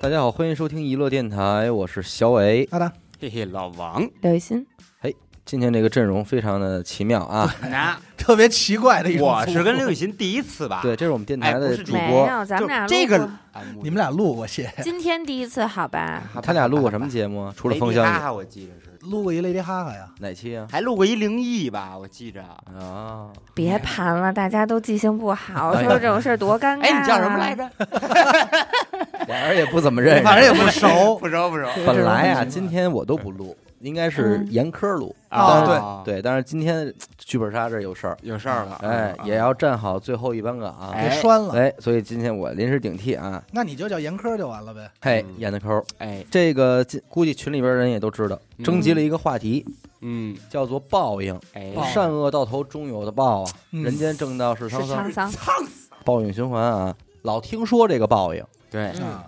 大家好，欢迎收听娱乐电台，我是小伟。阿达，嘿嘿，老 王，刘雨欣，今天这个阵容非常的奇妙啊！那特别奇怪的一种我组合是跟刘雨欣第一次 吧，对，这是我们电台哎不的是主这没播。有，咱们俩就这个录过啊，你们俩录过些，今天第一次，好吧？他俩录过什么节目啊？除除了《风箱雨》哈，我记着是，录过一 Lady 哈哈呀，哪期啊？还录过一灵异吧，我记着。啊，别盘了，大家都记性不好，哎呀说这种事儿多尴尬。啊哎，你叫什么来着？着？哎俩人也不怎么认识，反正也不 熟。不熟不熟本来啊，今天我都不录，应该是严科录。啊但是哦啊对，但是今天剧本杀这有事儿，有事儿了，哎，也要站好最后一班岗、啊。别拴了，哎，所以今天我临时顶替啊，那你就叫严科就完了呗。嘿，嗯演的抠儿。哎，这个今估计群里边人也都知道，嗯征集了一个话题，嗯，叫做报应。哎，啊报善恶到头终有的报啊，嗯人间正道是是沧沧桑，桑，报应循环啊。老听说这个报应，对，嗯啊，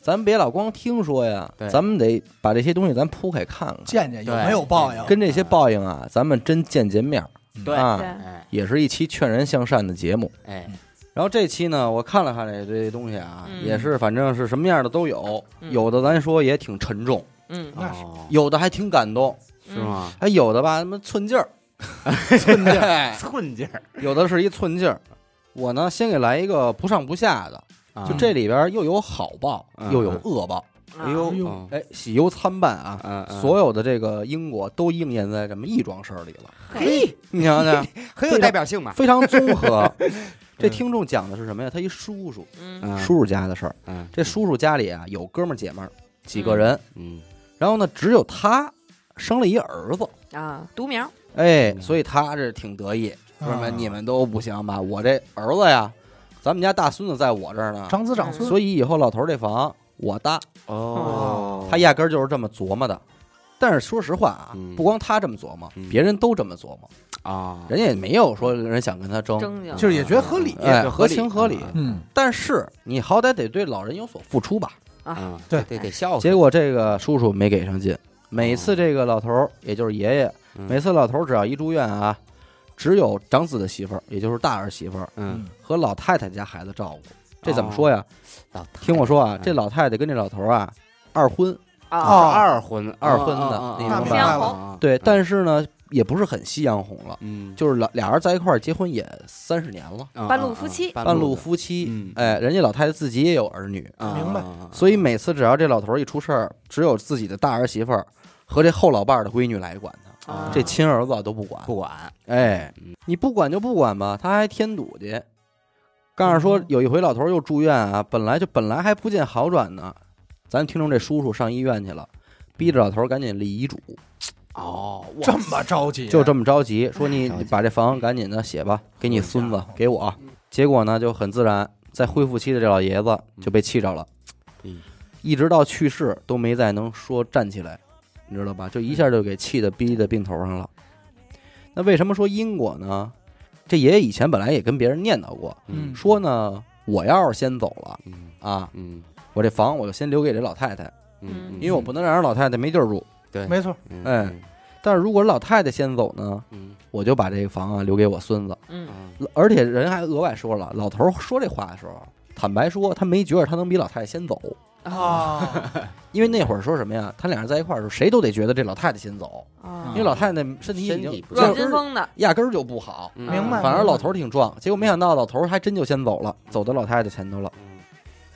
咱别老光听说呀对，咱们得把这些东西咱铺开看看，见见有对没有报应？跟这些报应啊，咱们真见见面儿对啊，嗯对，哎也是一期劝人向善的节目。哎，然后这期呢，我看了看这堆东西啊，嗯也是反正是什么样的都有，嗯有的咱说也挺沉重，嗯，那是哦有的还挺感动，是吗？还有的吧，他妈寸劲儿，寸劲儿，寸劲儿，有的是一寸劲儿。我呢，先给来一个不上不下的，就啊这里边又有好报，嗯又有恶报，哎啊，呦，嗯哎，喜忧参半啊。嗯，嗯所有的这个因果都应验在这么一桩事儿里了，嘿，你想想，很有代表性嘛，非常综 合。这听众讲的是什么呀？他一叔叔，嗯嗯叔叔家的事儿。嗯这叔叔家里啊有哥们儿姐们儿几个人，嗯然后呢，只有他生了一儿子，啊，独苗，哎，嗯所以他这挺得意，说什么啊你们都不行吧？我这儿子呀，咱们家大孙子在我这儿呢，长子长孙，所以以后老头儿这房我搭，哦他压根儿就是这么琢磨的。但是说实话啊嗯，不光他这么琢磨，嗯别人都这么琢磨，啊，人家也没有说人想跟他争，正经，就是也觉得合理哎对合情合理啊嗯，但是你好歹得对老人有所付出吧。嗯，对得得孝啊结顺，果这个叔叔没给上劲，每次这个老头儿，也就是爷爷，哦嗯每次老头儿只要一住院啊，只有长子的媳妇儿，也就是大儿媳妇儿嗯，和老太太家孩子照顾。这怎么说呀？老听我说啊，哦嗯这老太太跟这老头儿啊二婚，啊，哦二婚二婚的你明白吗红对，但是呢也不是很夕阳红了，啊嗯就是俩俩人在一块儿结婚也三十年了，半路夫妻半路夫夫妻嗯。啊哎，人家老太太自己也有儿女，明白所以每次只要这老头儿一出事儿，只有自己的大儿媳妇儿和这后老伴儿的闺女来管他，啊这亲儿子啊都不管。嗯不管哎嗯，你不管就不管吧，他还添堵去。告诉说嗯有一回老头儿又住院啊，本来就本来还不见好转呢，咱听众这叔叔上医院去了，逼着老头儿赶紧立遗嘱，哦，哇这么着急，啊就这么着急，说你哎着急嗯你把这房赶紧的写吧，给你孙子好家伙给我。结果呢就很自然，在恢复期的这老爷子就被气着了，嗯一直到去世都没再能说站起来，你知道吧？就一下就给气的逼的病头上了。那为什么说因果呢？这爷爷以前本来也跟别人念叨过，嗯说呢，我要是先走了嗯啊，嗯我这房我就先留给这老太太，嗯，因为我不能让人老太太没地儿住。对，没错，嗯哎但是如果老太太先走呢，嗯我就把这个房啊留给我孙子。嗯，嗯而且人还额外说了，老头儿说这话的时候，坦白说他没觉得他能比老太太先走，啊哦啊，因为那会儿说什么呀，他俩人在一块儿的时候，谁都得觉得这老太太先走，啊因为老太太身体已身体经不压软根金儿风的，压根儿就不好，嗯明白反而老头儿挺壮。结果没想到老头儿还真就先走了，走到老太太前头了。嗯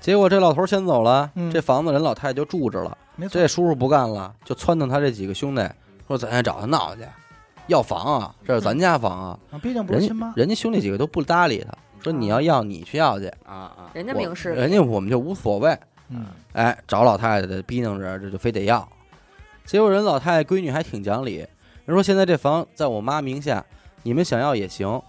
结果这老头儿先走了，嗯这房子人老太太就住着了。没错这，叔叔不干了，就撺掇他这几个兄弟说：“咱找他闹去，要房啊，这是咱家房啊。啊毕竟不人是家亲妈，人家兄弟几个都不搭理他，说：“你要要你去要去，啊啊，人家我明示，人家我们就无所谓。嗯，”哎，找老太太的逼弄着，这就非得要。结果人老太太闺女还挺讲理，人说：“现在这房在我妈名下，你们想要也行，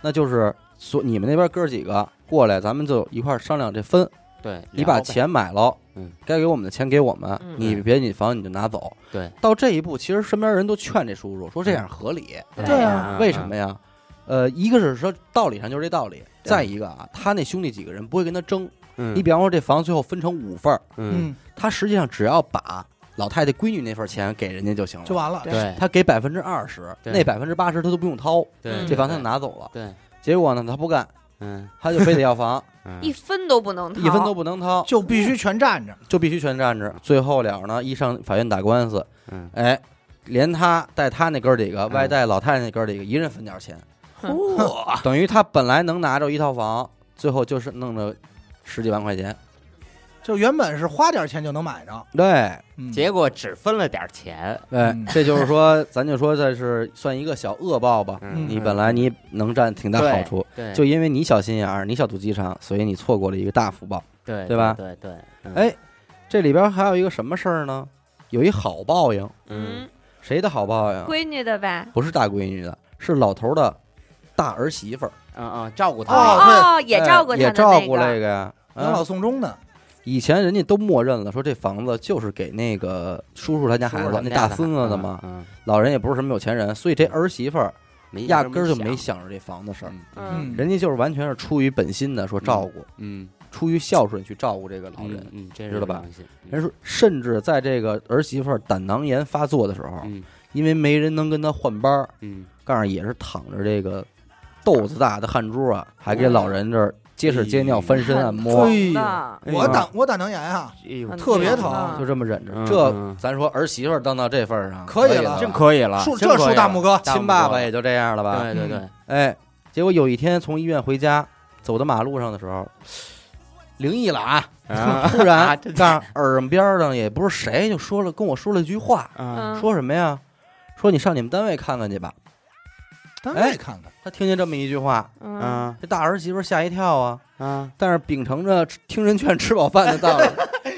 那就是所你们那边哥几个过来，咱们就一块儿商量这分。”对你把钱买了，嗯，该给我们的钱给我们，嗯你别你房你就拿走。对，到这一步，其实身边人都劝这叔叔说这样合理，对啊为什么呀？呃，一个是说道理上就是这道理，对再一个啊，他那兄弟几个人不会跟他争。嗯你比方说这房最后分成五份儿，嗯嗯，他实际上只要把老太太闺女那份钱给人家就行就了，完了，对他给百分之二十，对嗯那百分之八十他都不用掏，对这房他就拿走了。对结果呢，他不干，嗯 他就非得要房。一分都不能掏，一分都不能掏，就必须全站着，就必须全站着。最后了呢，一上法院打官司，嗯，哎，连他带他那哥儿几个，嗯外带老太太那哥儿几个，一人分点钱，嚯，等于他本来能拿着一套房，最后就是弄着十几万块钱。就原本是花点钱就能买着，对，嗯结果只分了点钱，哎嗯，这就是说， 咱就说这是算一个小恶报吧。嗯你本来你能占挺大好处，对就因为你小心眼儿，你小赌鸡肠，所以你错过了一个大福报。对对吧对对，嗯哎，这里边还有一个什么事儿呢？有一好报应，嗯，嗯，谁的好报应？闺女的呗，不是大闺女的，是老头儿的大儿媳妇儿，嗯嗯，照顾哦他，哦，也照顾哎她也的照那顾这个，个呀。养啊老送终的，以前人家都默认了，说这房子就是给那个叔叔他家孩说子是他那们大家孙子的嗯嘛，嗯，老人也不是什么有钱人，所以这儿媳妇儿没压根儿就没想，想着这房子事儿。嗯嗯人家就是完全是出于本心的说照顾，嗯，出于孝顺去照顾这个老嗯人。嗯，这知道吧良心？人说，甚至在这个儿媳妇儿胆囊炎发作的时候，嗯因为没人能跟她换班儿，嗯，告诉也是躺着这个豆子大的汗珠啊，还给老人这儿接屎接尿翻身按啊摩哎，很疼哎的，哎我呦胆我胆囊炎啊，哎呦很特别疼的疼就这么忍着。嗯这嗯咱说儿媳妇儿当到这份儿上可以了了，真可以了，树真这可树以大了拇哥，大拇亲爸哥爸也就这样了吧？对对对嗯，哎，结果有一天从医院回家，走到马路上的时候，灵异了啊！ 啊突然真，的但耳朵边儿上也不是谁，就说了跟我说了一句话，嗯嗯，说什么呀？说你上你们单位看看去吧。单哎位看看，他听见这么一句话，嗯，啊这大儿媳妇儿吓一跳啊！嗯啊，但是秉承着吃听人劝吃饱饭的道理，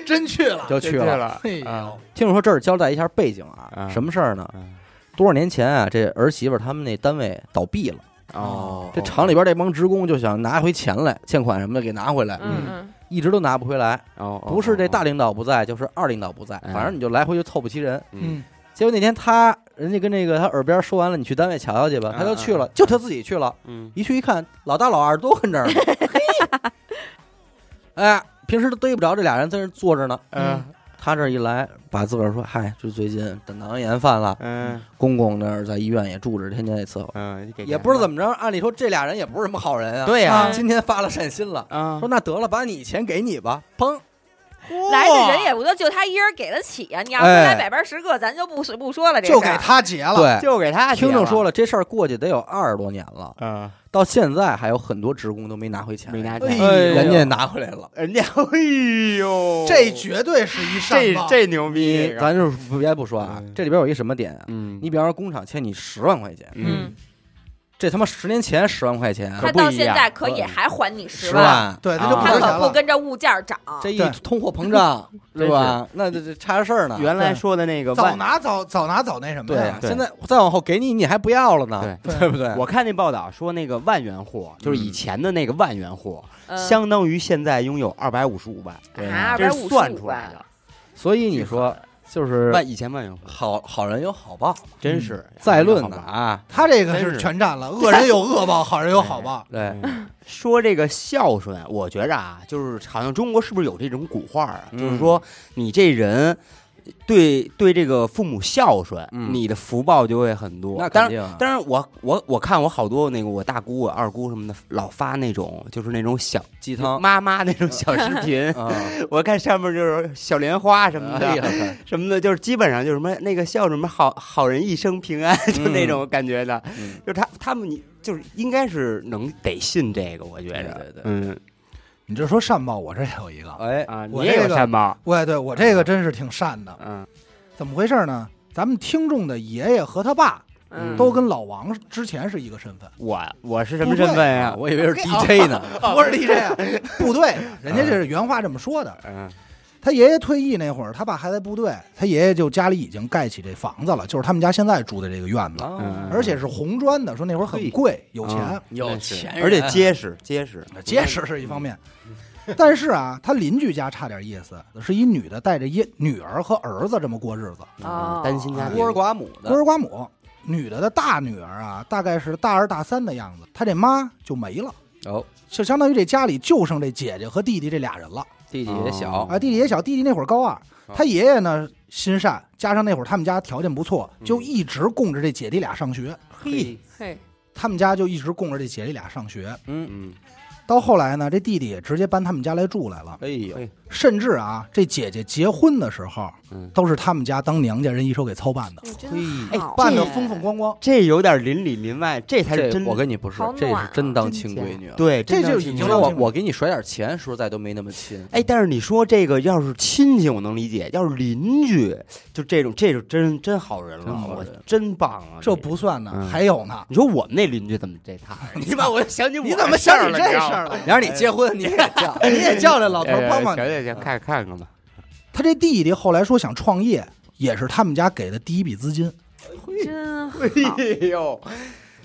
真去了，就真 去了。了哎呦啊听说这儿交代一下背景啊，嗯什么事儿呢？ 嗯多少年前啊，这儿媳妇儿他们那单位倒闭了，哦，这厂里边这帮职工就想拿回钱来，欠款什么的给拿回来，嗯一直都拿不回来。哦不是这大，领导不在，就是二领导不在，嗯反正你就来回就凑不齐人。嗯，结果那天他人家跟那个他耳边说完了，你去单位瞧瞧去吧，嗯他就去了，就他自己去了。嗯一去一看，老大老二都跟这儿呢。嘿， 哎，平时都逮不着这俩人在这坐着呢。嗯他这一来，把自个儿说，嗨，就最近胆囊炎犯了，嗯公公那儿在医院也住着，天天也伺候，嗯，给也不是怎么么着。按理说这俩人也不是什么好人啊。对呀啊，今天发了善心了，啊说那得了，把你钱给你吧，砰，来的人也不多，就他一人给得起啊呀。你要说哎来百八十个，咱就不不说了，这就事给儿他结了，对，就给他听众说了，了，这事儿过去得有二十多年了，嗯，到现在还有很多职工都没拿回钱，没拿哎钱，呦人家拿回来了。人家，哎呦，这绝对是一善这报，这牛逼你，咱就是不别不说啊，嗯这里边有一什么点啊？嗯你比方说工厂欠你十万块钱，嗯，这他妈十年前十万块钱，他不到一现样在可也嗯还还你十万，万，对他就啊不他值可钱不了，跟着物价涨。这一对通货膨 胀是真吧？那这这差事儿呢。原来说的那个早万，拿早早拿早那什么对呀啊，，对现在再往后给你，你还不要了呢，对对不对？我看那报道说那个万元户，就是以前的那个万元户，嗯相当于现在拥有二百五十五万，对啊，二这百是五算十出来的。所以你说就是万以前万元嗯户好好人有好报，真是再论呢好吧啊，他这个真是是全占了，恶人有恶报，好人有好报，对，嗯说这个孝顺，我觉着啊，就是好像中国是不是有这种古话啊？嗯就是说你这人对对这个父母孝顺，嗯你的福报就会很多。那当肯然。定啊。当然我，我我看我好多那个我大姑、我二姑什么的，老发那种就是那种小鸡汤妈妈那种小视频，啊， 我看上面就是小莲花什么的，厉害，什么的，就是基本上就是什么那个孝什么好好人一生平安，就那种感觉的，嗯就是他他们你就是应该是能得信这个，我觉着，对对对嗯你就说善报，我这有一个，哎，啊，你我也这有个善报，喂，对我这个真是挺善的，嗯怎么回事呢？咱们听众的爷爷和他爸嗯，都跟老王之前是一个身份，我我是什么身份呀、啊我以为是 DJ 呢，哦不是 DJ 啊，部队的，人家这是原话这么说的。嗯他爷爷退役那会儿，他爸还在部队，他爷爷就家里已经盖起这房子了，就是他们家现在住的这个院子，啊而且是红砖的，说那会儿很贵，有钱呃嗯，有那是钱人，而且结实结实，结实是一方面。但是啊，他邻居家差点意思，是一女的带着一女儿和儿子这么过日子，哦嗯单亲家庭孤儿寡母孤的儿寡母。女的的大女儿啊，大概是大二大三的样子，她这妈就没了，哦，就相当于这家里就剩这姐姐和弟弟这俩人了。弟弟也小哦啊，弟弟也小，弟弟那会儿高二，他爷爷呢心善，加上那会儿他们家条件不错，就一直供着这姐弟俩上学。嘿，嘿，他们家就一直供着这姐弟俩上学，嗯，嗯到后来呢，这弟弟也直接搬他们家来住来了，哎呦，甚至啊，这姐姐结婚的时候嗯，都是他们家当娘家人一手给操办的，你嘿真哎好，办的这风风光光。这有点邻里邻外，这才是这真。我跟你不是好，这暖是啊真当真亲假闺女啊。对，真这就当已亲你经戚说让我这我给你甩点钱，说实在都没那么亲。哎，但是你说这个要是亲戚，我能理解；要是邻居，就这种，这就真真好人真了，好我人真棒啊！这个不算呢，嗯还有呢，你说我们那邻居怎么这啊趟？ 你把我想起我你怎么事想儿起了？哎这知道事儿吗？了？明 儿你结婚你也叫， 你也叫这老头哎帮帮你。行行行，看看看吧。他这弟弟后来说想创业，也是他们家给的第一笔资金。真好，哎呦，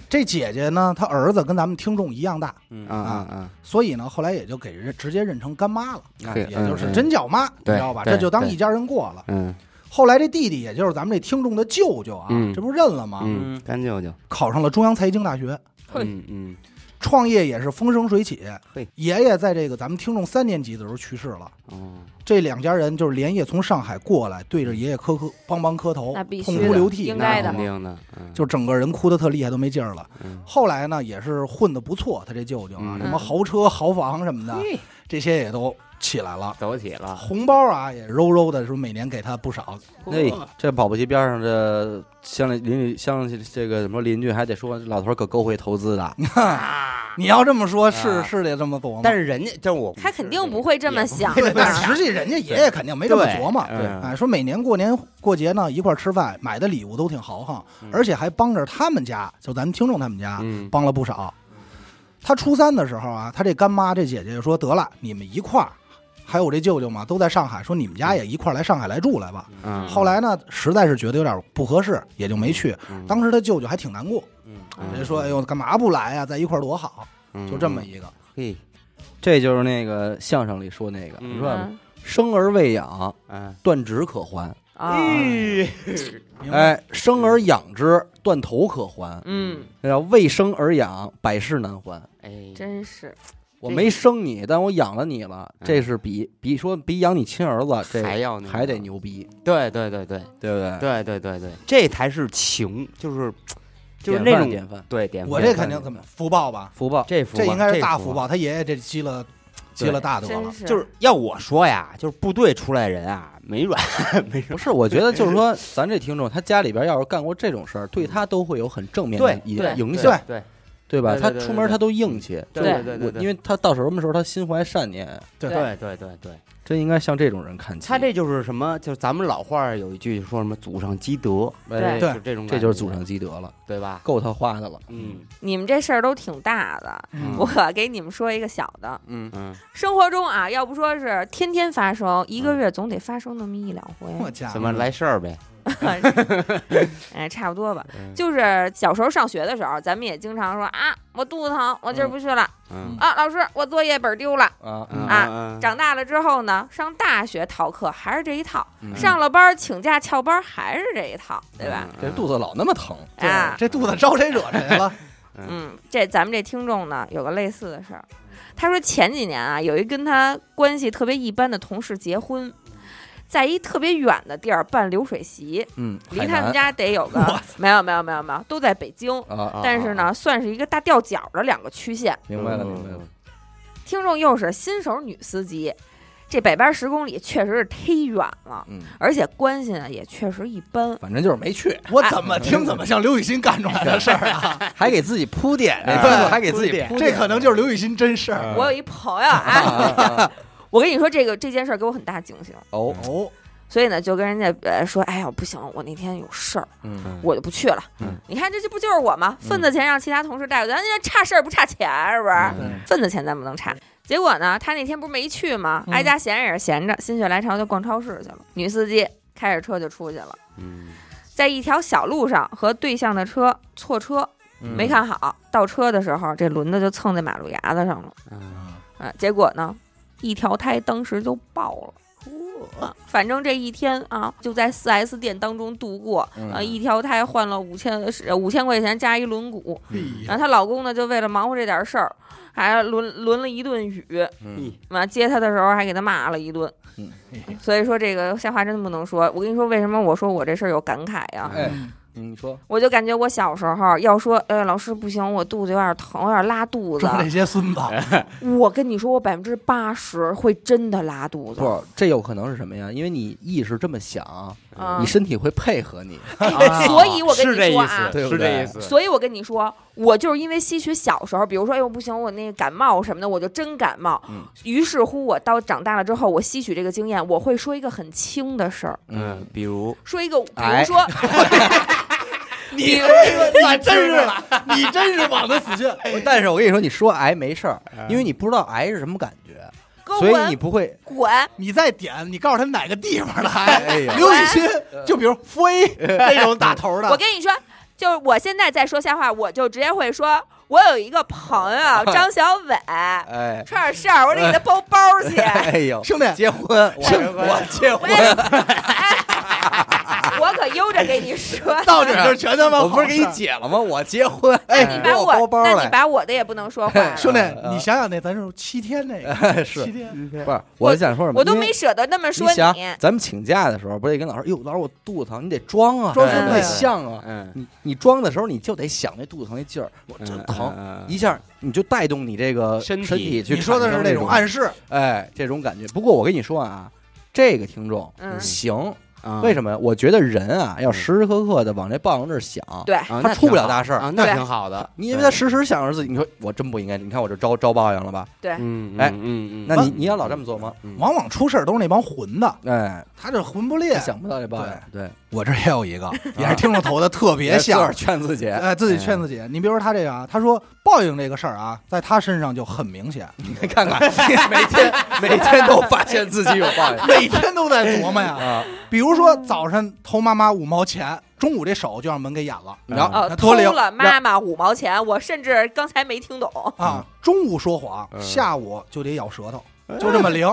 这姐姐呢，她儿子跟咱们听众一样大，嗯啊啊啊！所以呢，后来也就给人直接认成干妈了，哎对也就是嗯真叫妈，你对知道吧？对这就当对一家人过了。嗯后来这弟弟，也就是咱们这听众的舅舅啊，嗯这不认了吗？嗯嗯，干舅舅，考上了中央财经大学，嘿嗯嗯，创业也是风生水起嘿。爷爷在这个咱们听众三年级的时候去世了， 哦，这两家人就是连夜从上海过来，对着爷爷磕嗯磕梆梆磕头那，必须痛的哭流涕，应该的那肯定的，嗯就整个人哭得特厉害，都没劲儿了。嗯后来呢，也是混得不错，他这舅舅啊，嗯什么豪车、豪房什么嗯的，这些也都起来了。走起了。红包啊，也揉揉的，说每年给他不少。那这保不齐边上这乡里邻里乡里这个什么邻居还得说老头儿可够会投资的，你要这么说，是啊是得这么琢磨。 但是人家，就是我，他肯定不会这么想啊对的但。实际人家爷爷肯定没这么琢磨。对嗯哎，说每年过年过节呢，一块儿吃饭，买的礼物都挺豪横，而且还帮着他们家，就咱们听众他们家，嗯帮了不少。他初三的时候啊，他这干妈这姐姐就说：“得了，你们一块儿，还有我这舅舅嘛，都在上海，说你们家也一块儿来上海来住来吧。”嗯，后来呢，实在是觉得有点不合适，也就没去。嗯当时他舅舅还挺难过，嗯，嗯人说：“哎呦，干嘛不来呀、在一块儿多好。”就这么嗯一个，嘿，这就是那个相声里说那个，嗯你说嗯生而未养，嗯，断指可还；啊，明白哎，嗯生而养之，断头可还。嗯，那叫未生而养，百世难还。哎，真是我没生你，但我养了你了，嗯这是比比说比养你亲儿子还这要那个还得，牛逼，对对对对对不对？对对对对，这才是情，就是就是典那范种典范对典范，我这肯定怎么福报吧？福报。这福这报应该是大这福福报。他爷爷这积了积了大德了真，是，就是要我说呀，就是部队出来人啊，没软没不软，是，我觉得就是 说，咱这听众他家里边要是干过这种事儿，对他都会有很正面的嗯对影对影响，对对对吧？对对他对出门他都硬气，对就是对对我对对因为他到什么时候他心怀善念，对对对对对，真应该向这种人看齐。他这就是什么？就是咱们老话儿有一句说什么“祖上积德哎”，对就这种感觉，这就是祖上积德了，对吧？够他花的了。嗯你们这事儿都挺大的。嗯我给你们说一个小的，嗯，嗯，生活中啊，要不说是天天发生，一个月总得发生那么一两回。 我啊家伙怎么来事儿呗？哎，差不多吧。嗯就是小时候上学的时候，咱们也经常说啊，我肚子疼，我今儿不去了、嗯啊，老师，我作业本丢了。啊，嗯啊嗯长大了之后呢，上大学逃课还是这一套，嗯上了班请假翘班还是这一套，对吧？？这肚子老那么疼，啊对，，这肚子招谁惹谁了？嗯，这咱们这听众呢有个类似的事儿，他说前几年啊，有一跟他关系特别一般的同事结婚，在一特别远的地儿办流水席，嗯，离海他们南家得有个没有没有没有没有，都在北京，啊，啊但是，呢，算是一个大吊脚的两个区县。明白了，明白了。听众又是新手女司机，这北边十公里确实是忒远了，嗯，而且关系呢也确实一般。反正就是没去，我怎么听怎么像刘雨欣干出来的事儿啊？还给自己铺垫，哎这对还给自己铺垫，这可能就是刘雨欣真事儿。我有一朋友啊， 我跟你说这个这件事儿给我很大警醒， 哦，哦，所以呢就跟人家呃说，哎呀不行，我那天有事儿，嗯，我就不去了。嗯你看这这不就是我吗？份子钱让其他同事带过去，咱这差事儿不差钱，是不是？嗯对份子钱咱不能差。结果呢，他那天不是没去吗？嗯挨家闲着也是闲着，心血来潮就逛超市去了。女司机开着车就出去了，嗯在一条小路上和对向的车错车，嗯嗯没看好，倒车的时候这轮子就蹭在马路牙子上了。嗯啊、结果呢，一条胎当时就爆了。哦啊反正这一天啊，就在 4S 店当中度过。嗯啊，一条胎换了五千五千块钱加一轮哎毂，嘿然后她老公呢就为了忙活这点事儿，还轮轮了一顿雨，嗯完接她的时候还给她骂了一顿嗯。所以说这个瞎话真不能说。我跟你说，为什么我说我这事儿有感慨呀、啊哎嗯嗯，你说我就感觉我小时候要说，哎，老师不行，我肚子有点疼，有点拉肚子 说。这些孙子，我跟你说，我百分之八十会真的拉肚子。不，这有可能是什么呀？因为你意识这么想，啊你，身体会配合你。啊所以我跟你是这说意啊思，对不是这对意思。所以我跟你说，我就是因为吸取小时候，比如说，哎呦不行，我那个感冒什么的，我就真感冒。嗯于是乎，我到长大了之后，我吸取这个经验，我会说一个很轻的事儿，嗯，比如说一个，比哎 如说，你比如你真是，你真是往他死去。哎嗯但是我跟你说，你说癌没事儿，嗯因为你不知道癌是什么感觉，给我所以滚你不会。滚，你再点，你告诉他哪个地方的，哎呀，刘雨欣，呃就比如飞这种打头我的，跟你说，就是我现在再说瞎话，我就直接会说，我有一个朋 友张小伟， 哎，出点事儿，我得给他包包 去。哎呦，兄弟，结婚，我是我结我婚，也哎我可悠着给你说，到你这儿全他妈好我不是给你事儿解了吗？我结婚，哎你你把给我包包那来。你把我的也不能说话了兄弟啊，你想想那咱是七天那个，嗯是七天，不是？我想说什么？我都因为没舍得那么说你想你，，咱们请假的时候，不是得跟老师，哟，老师我肚子疼，你得装啊，装什么呀得像哎啊。嗯，你你装的时候，你就得想那肚子疼那劲儿，我真疼，疼一下你就带动你这个身体体去。哎你说的是那那种暗示，哎这种感觉。不过我跟你说啊，这个听众嗯行，啊为什么？我觉得人啊要嗯时时刻刻的往这霸王这儿想，对，啊他那出不了挺好大事儿啊，那对挺好的。你因为他时时想着自己，你说我真不应该，你看我这招招报应了吧？嗯，嗯哎嗯嗯，那你啊嗯你要老这么做吗？嗯往往出事儿都是那帮混的，哎，他这混不吝。想不到这报应，对，我这儿也有一 个，也是听众投的，特别自个像儿，嗯劝自己，哎，自己劝自己。你比如说他这个啊，他说报应这个事儿啊，在他身上就很明 显，你看看，每天每天都发现自己有报应每天都在琢磨呀。 啊， 比如说早上投妈妈五毛钱，中午这手就让门给掩了，然后哦，那偷多留了妈妈五毛钱，我甚至刚才没听懂。嗯啊，中午说谎，嗯下午就得咬舌头，哎就这么 灵，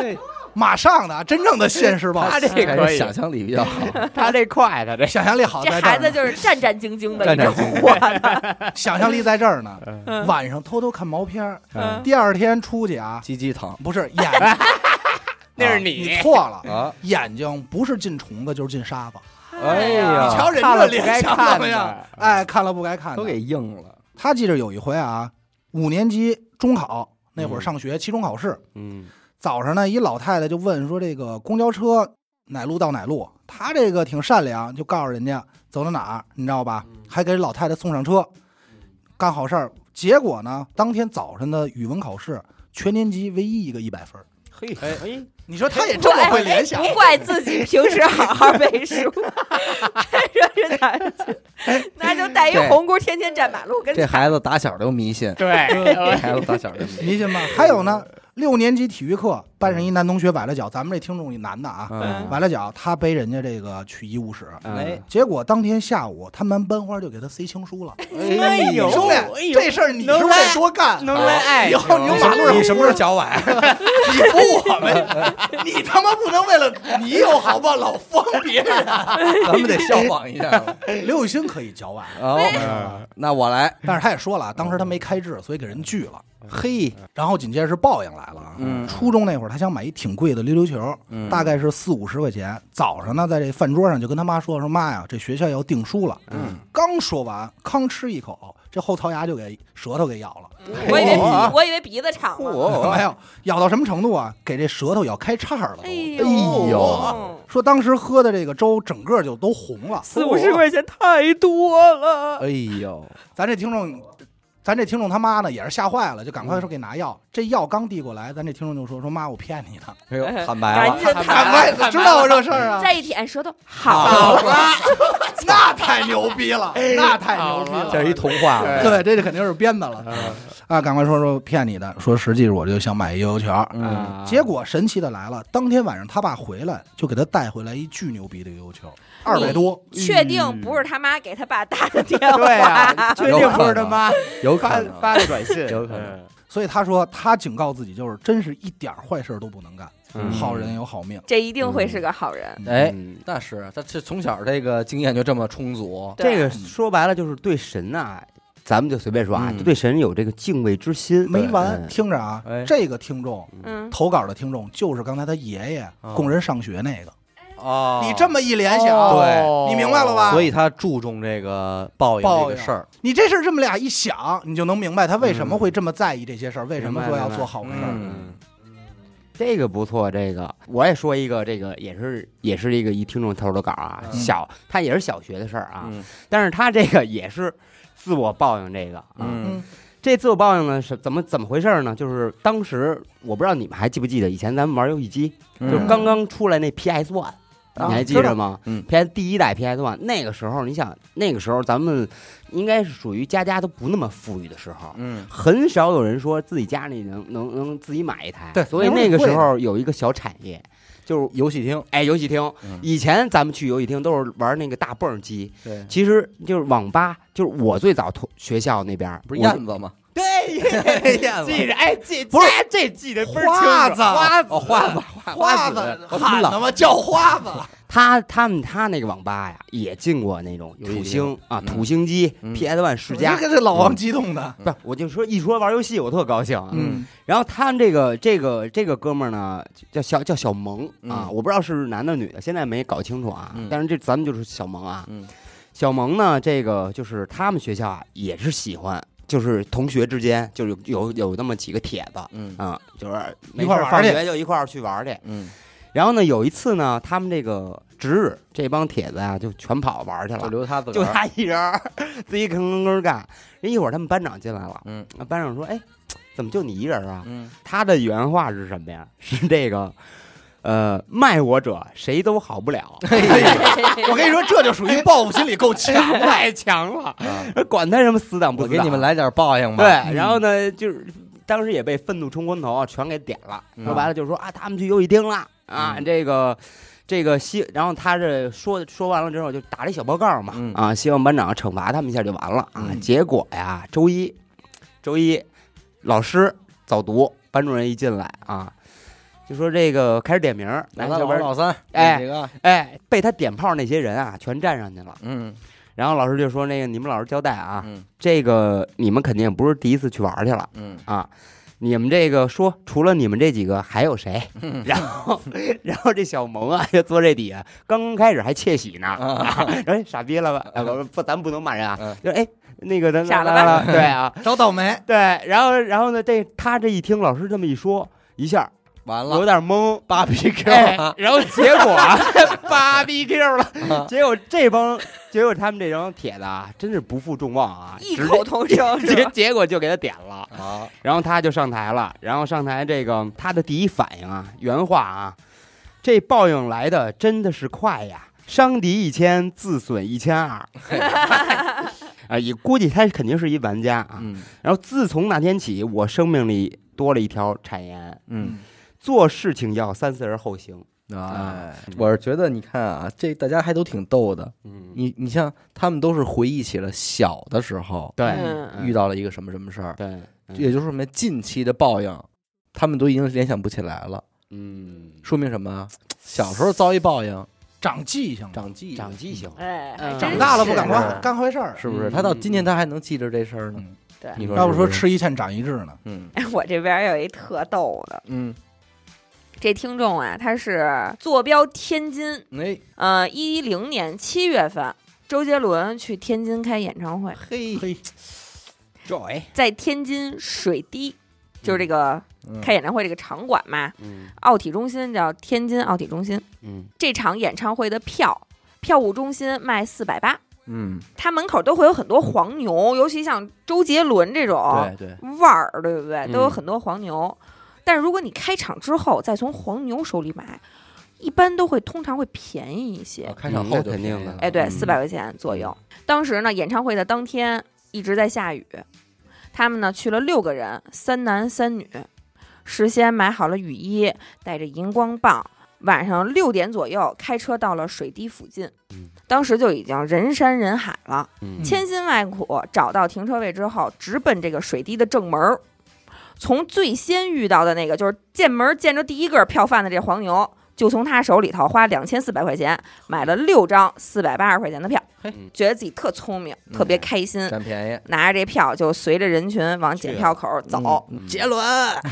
对马上的啊真正的现世报哎他。这还可是以，啊想象力比较好，他这快，他这想象力好这在这孩儿子呢，就是战战兢兢的战一个战兢兢货呢。想象力在这儿呢。嗯嗯晚上偷偷看毛片儿，嗯第二天出去啊，鸡鸡疼不 是眼，那是你你错了，啊！眼睛不是进虫子就是进沙子。哎呀瞧人看这了不脸该想看怎么样的？哎，啊看了不该看的。都给硬了，他记着有一回啊，五年级中考那会儿上学，期中考试，嗯早上呢，一老太太就问说这个公交车哪路到哪路，他这个挺善良，就告诉人家走到哪儿，你知道吧？还给老太太送上车，干好事儿。结果呢，当天早上的语文考试，全年级唯一一个一百分儿。嘿嘿，你说 他也这么会联想不，怪自己平时好好背书，这是咱那就带一红箍，天天站马路，跟这孩子打小就迷信，这对，孩子打小就迷信，迷信吗？还有呢，六年级体育课，班上一男同学崴了脚，咱们这听众里男的啊，嗯，崴了脚，他背人家这个去医务室。嗯哎结果当天下午，他们班花就给他塞情书了。哎呦兄哎弟，呦这事儿你是不是得多干？嗯能来爱以后你就马路上你什么时候脚崴？你不我们，你他妈不能为了你有好吧，老封别人。咱们得效仿一下了。刘雨欣可以脚崴，哦，嗯那我来，但是他也说了，啊当时嗯他没开智，所以给人拒了。嘿，然后紧接着是报应来了啊！嗯初中那会儿，他想买一挺贵的溜溜球，嗯大概是四五十块钱。早上呢，在这饭桌上就跟他妈说：“说妈呀，这学校要订书了。”嗯，刚说完，吭吃一口，这后槽牙就给舌头给咬了。我以为嚯我以为鼻子长了，嚯没有咬到什么程度啊？给这舌头咬开叉了哎都。哎呦，嗯呦说当时喝的这个粥，整个就都红了。四五十块钱太多了，哎呦，咱这听众，咱这听众他妈呢也是吓坏了，就赶快说给拿药。这药刚递过来，咱这听众就说：“说妈，我骗你的，哎呦，坦白赶了，紧赶躺，快知道我这事儿啊。” 再一舔舌头，好嗯了，那太牛逼了，那太牛逼好了，了这是一童话， 啊对，这就肯定是编的了啊！赶快说说骗你的，说实际我就想买一悠悠球。嗯，结果神奇的来了，当天晚上他爸回来就给他带回来一巨牛逼的悠悠球，二百多。确定不是他妈给他爸打的电话？对 啊，确定不是他妈有可发能，发的短信，有可能所以他说他警告自己，就是真是一点坏事都不能干，嗯好人有好命。这一定会是个好人。哎，嗯那是，他这从小这个经验就这么充足，对这个说白了就是对神呐，咱们就随便说啊，嗯就对神有这个敬畏之心。没完，嗯听着啊哎，这个听众嗯，投稿的听众就是刚才他爷爷哦供人上学那个，哦，你这么一联想，对你明白了吧所以他注重这个报应这哦报个应事儿，你这事儿这么俩一想，你就能明白他为什么会这么在意这些事儿，为什么说要做好事嗯明白儿。明白嗯，这个不错，这个我也说一个，这个也是也是一个一听众投的稿啊，嗯小他也是小学的事儿啊，嗯但是他这个 也是自我报应这个啊，嗯这自我报应呢是怎么怎么回事呢？就是当时我不知道你们还记不记得，以前咱们玩游戏机，嗯就是刚刚出来那 PS One，、啊你还记知着道吗？嗯 p s 第一代 PS One 那个时候，你想那个时候咱们应该是属于家家都不那么富裕的时候，嗯很少有人说自己家里能能能自己买一台。对所以那那时候是个贵时的候有一个小产业，就是游戏厅，哎游戏厅嗯。以前咱们去游戏厅都是玩那个大泵机，对，其实就是网吧，就是我最早同学校那边不是我燕子吗？ 对，燕子 记着，哎，这不是哎这记得倍儿清楚。花子嗯花哦，花子，子，花子哦子，我喊的吗？叫花子，他他们他那个网吧呀，也进过那种土星啊，嗯土星机、嗯 PS One 世嘉你。这给这老王激动的。不是，我就说一说玩游戏，我特高兴啊。嗯，然后他们这个这个这个哥们儿呢，叫小叫小萌啊，嗯我不知道是男的女的，现在没搞清楚啊。嗯但是这咱们就是小萌啊，嗯小萌呢，这个就是他们学校啊，也是喜欢，就是同学之间就是有有有那么几个帖子，嗯啊、就是没一块事儿玩放去学就一块儿去玩儿去。嗯，然后呢，有一次呢，他们这个值日这帮铁子啊，就全跑玩儿去就了，留他自个就儿，他一人儿自己吭吭吭干。人一会儿他们班长进来了，嗯，班长说：“哎，怎么就你一人啊嗯，？”他的原话是什么呀？ 是这个，呃，卖我者谁都好 不了，哎嗯我跟你说，这就属于报复心理够强。太强了， 啊管他什么死党不我死给党啊你们来点报应吧。嗯对，然后呢，就是当时也被愤怒冲昏头啊，全给点了。嗯说白了就是说啊，他们去游戏厅了啊，嗯这个这个希，然后他这说说完了之后就打了一小报告嘛，嗯啊，希望班长惩罚他们一下就完了啊。嗯结果呀，周一周一老师早读，班主任一进来啊。就说这个开始点名儿，来老三这老二边老三，哎你这个，哎，被他点炮那些人啊，全站上去了。嗯然后老师就说：“那个你们老师交代啊，嗯这个你们肯定不是第一次去玩儿去了，嗯啊，你们这个说除了你们这几个还有谁？嗯 然后，然后这小萌啊，就坐这底下，刚刚开始还窃喜呢，啊，哎，傻逼了吧？啊，不不，咱不能骂人嗯啊，就哎，那个咱傻了吧来来来对哎啊，找倒霉，对，然后然后呢，这他这一听老师这么一说，一下完我了有点懵。嗯芭比 Q 哎啊，然后结果啊 芭比 Q 了，啊 结果这帮，结果他们这帮铁的啊，真是不负众望啊， 异直口同声是结吧？结果就给他点了，好，然后他就上台了，然后上台这个他的第一反应啊，原话啊，这报应来的真的是快呀，伤敌一千，自损一千二。啊，也估计他肯定是一玩家啊。嗯然后自从那天起，我生命里多了一条谗言：嗯，做事情要三思而后行。哎啊，我是觉得你看啊，这大家还都挺逗的。嗯，你你像他们都是回忆起了小的时候对，嗯嗯遇到了一个什么什么事儿，对，嗯也就是说明近期的报应，他们都已经联想不起来了，嗯，说明什么啊？小时候遭一报应，长记性了，长记忆长记性。哎，还嗯真长大了不是啊敢光干干坏事儿。是不是？嗯他到今天他还能记着这事儿呢？嗯对你要是不说是，吃一堑长一智呢？嗯哎我这边有一特逗的，嗯，这听众啊，他是坐标天津，哎呃，一零年七月份，周杰伦去天津开演唱会，嘿，嘿， Joy，在天津水滴，就是这个嗯开演唱会这个场馆嘛，嗯奥体中心叫天津奥体中心。嗯这场演唱会的票，票务中心卖四百八，嗯，它门口都会有很多黄牛，尤其像周杰伦这种嗯对对，腕儿，对不对？嗯都有很多黄牛。但如果你开场之后再从黄牛手里买，一般都会通常会便宜一些。啊开场嗯后那就肯定便宜的了哎，对，嗯四百块钱左右。当时呢，演唱会的当天一直在下雨，他们呢去了六个人，三男三女。事先买好了雨衣，带着荧光棒。晚上六点左右，开车到了水滴附近嗯，当时就已经人山人海了。嗯千辛万苦找到停车位之后，直奔这个水滴的正门儿。从最先遇到的那个，就是见门儿见着第一个票贩子这黄牛，就从他手里头花两千四百块钱买了六张四百八十块钱的票嘿，觉得自己特聪明，嗯特别开心，占便宜。拿着这票就随着人群往检票口走。嗯杰伦，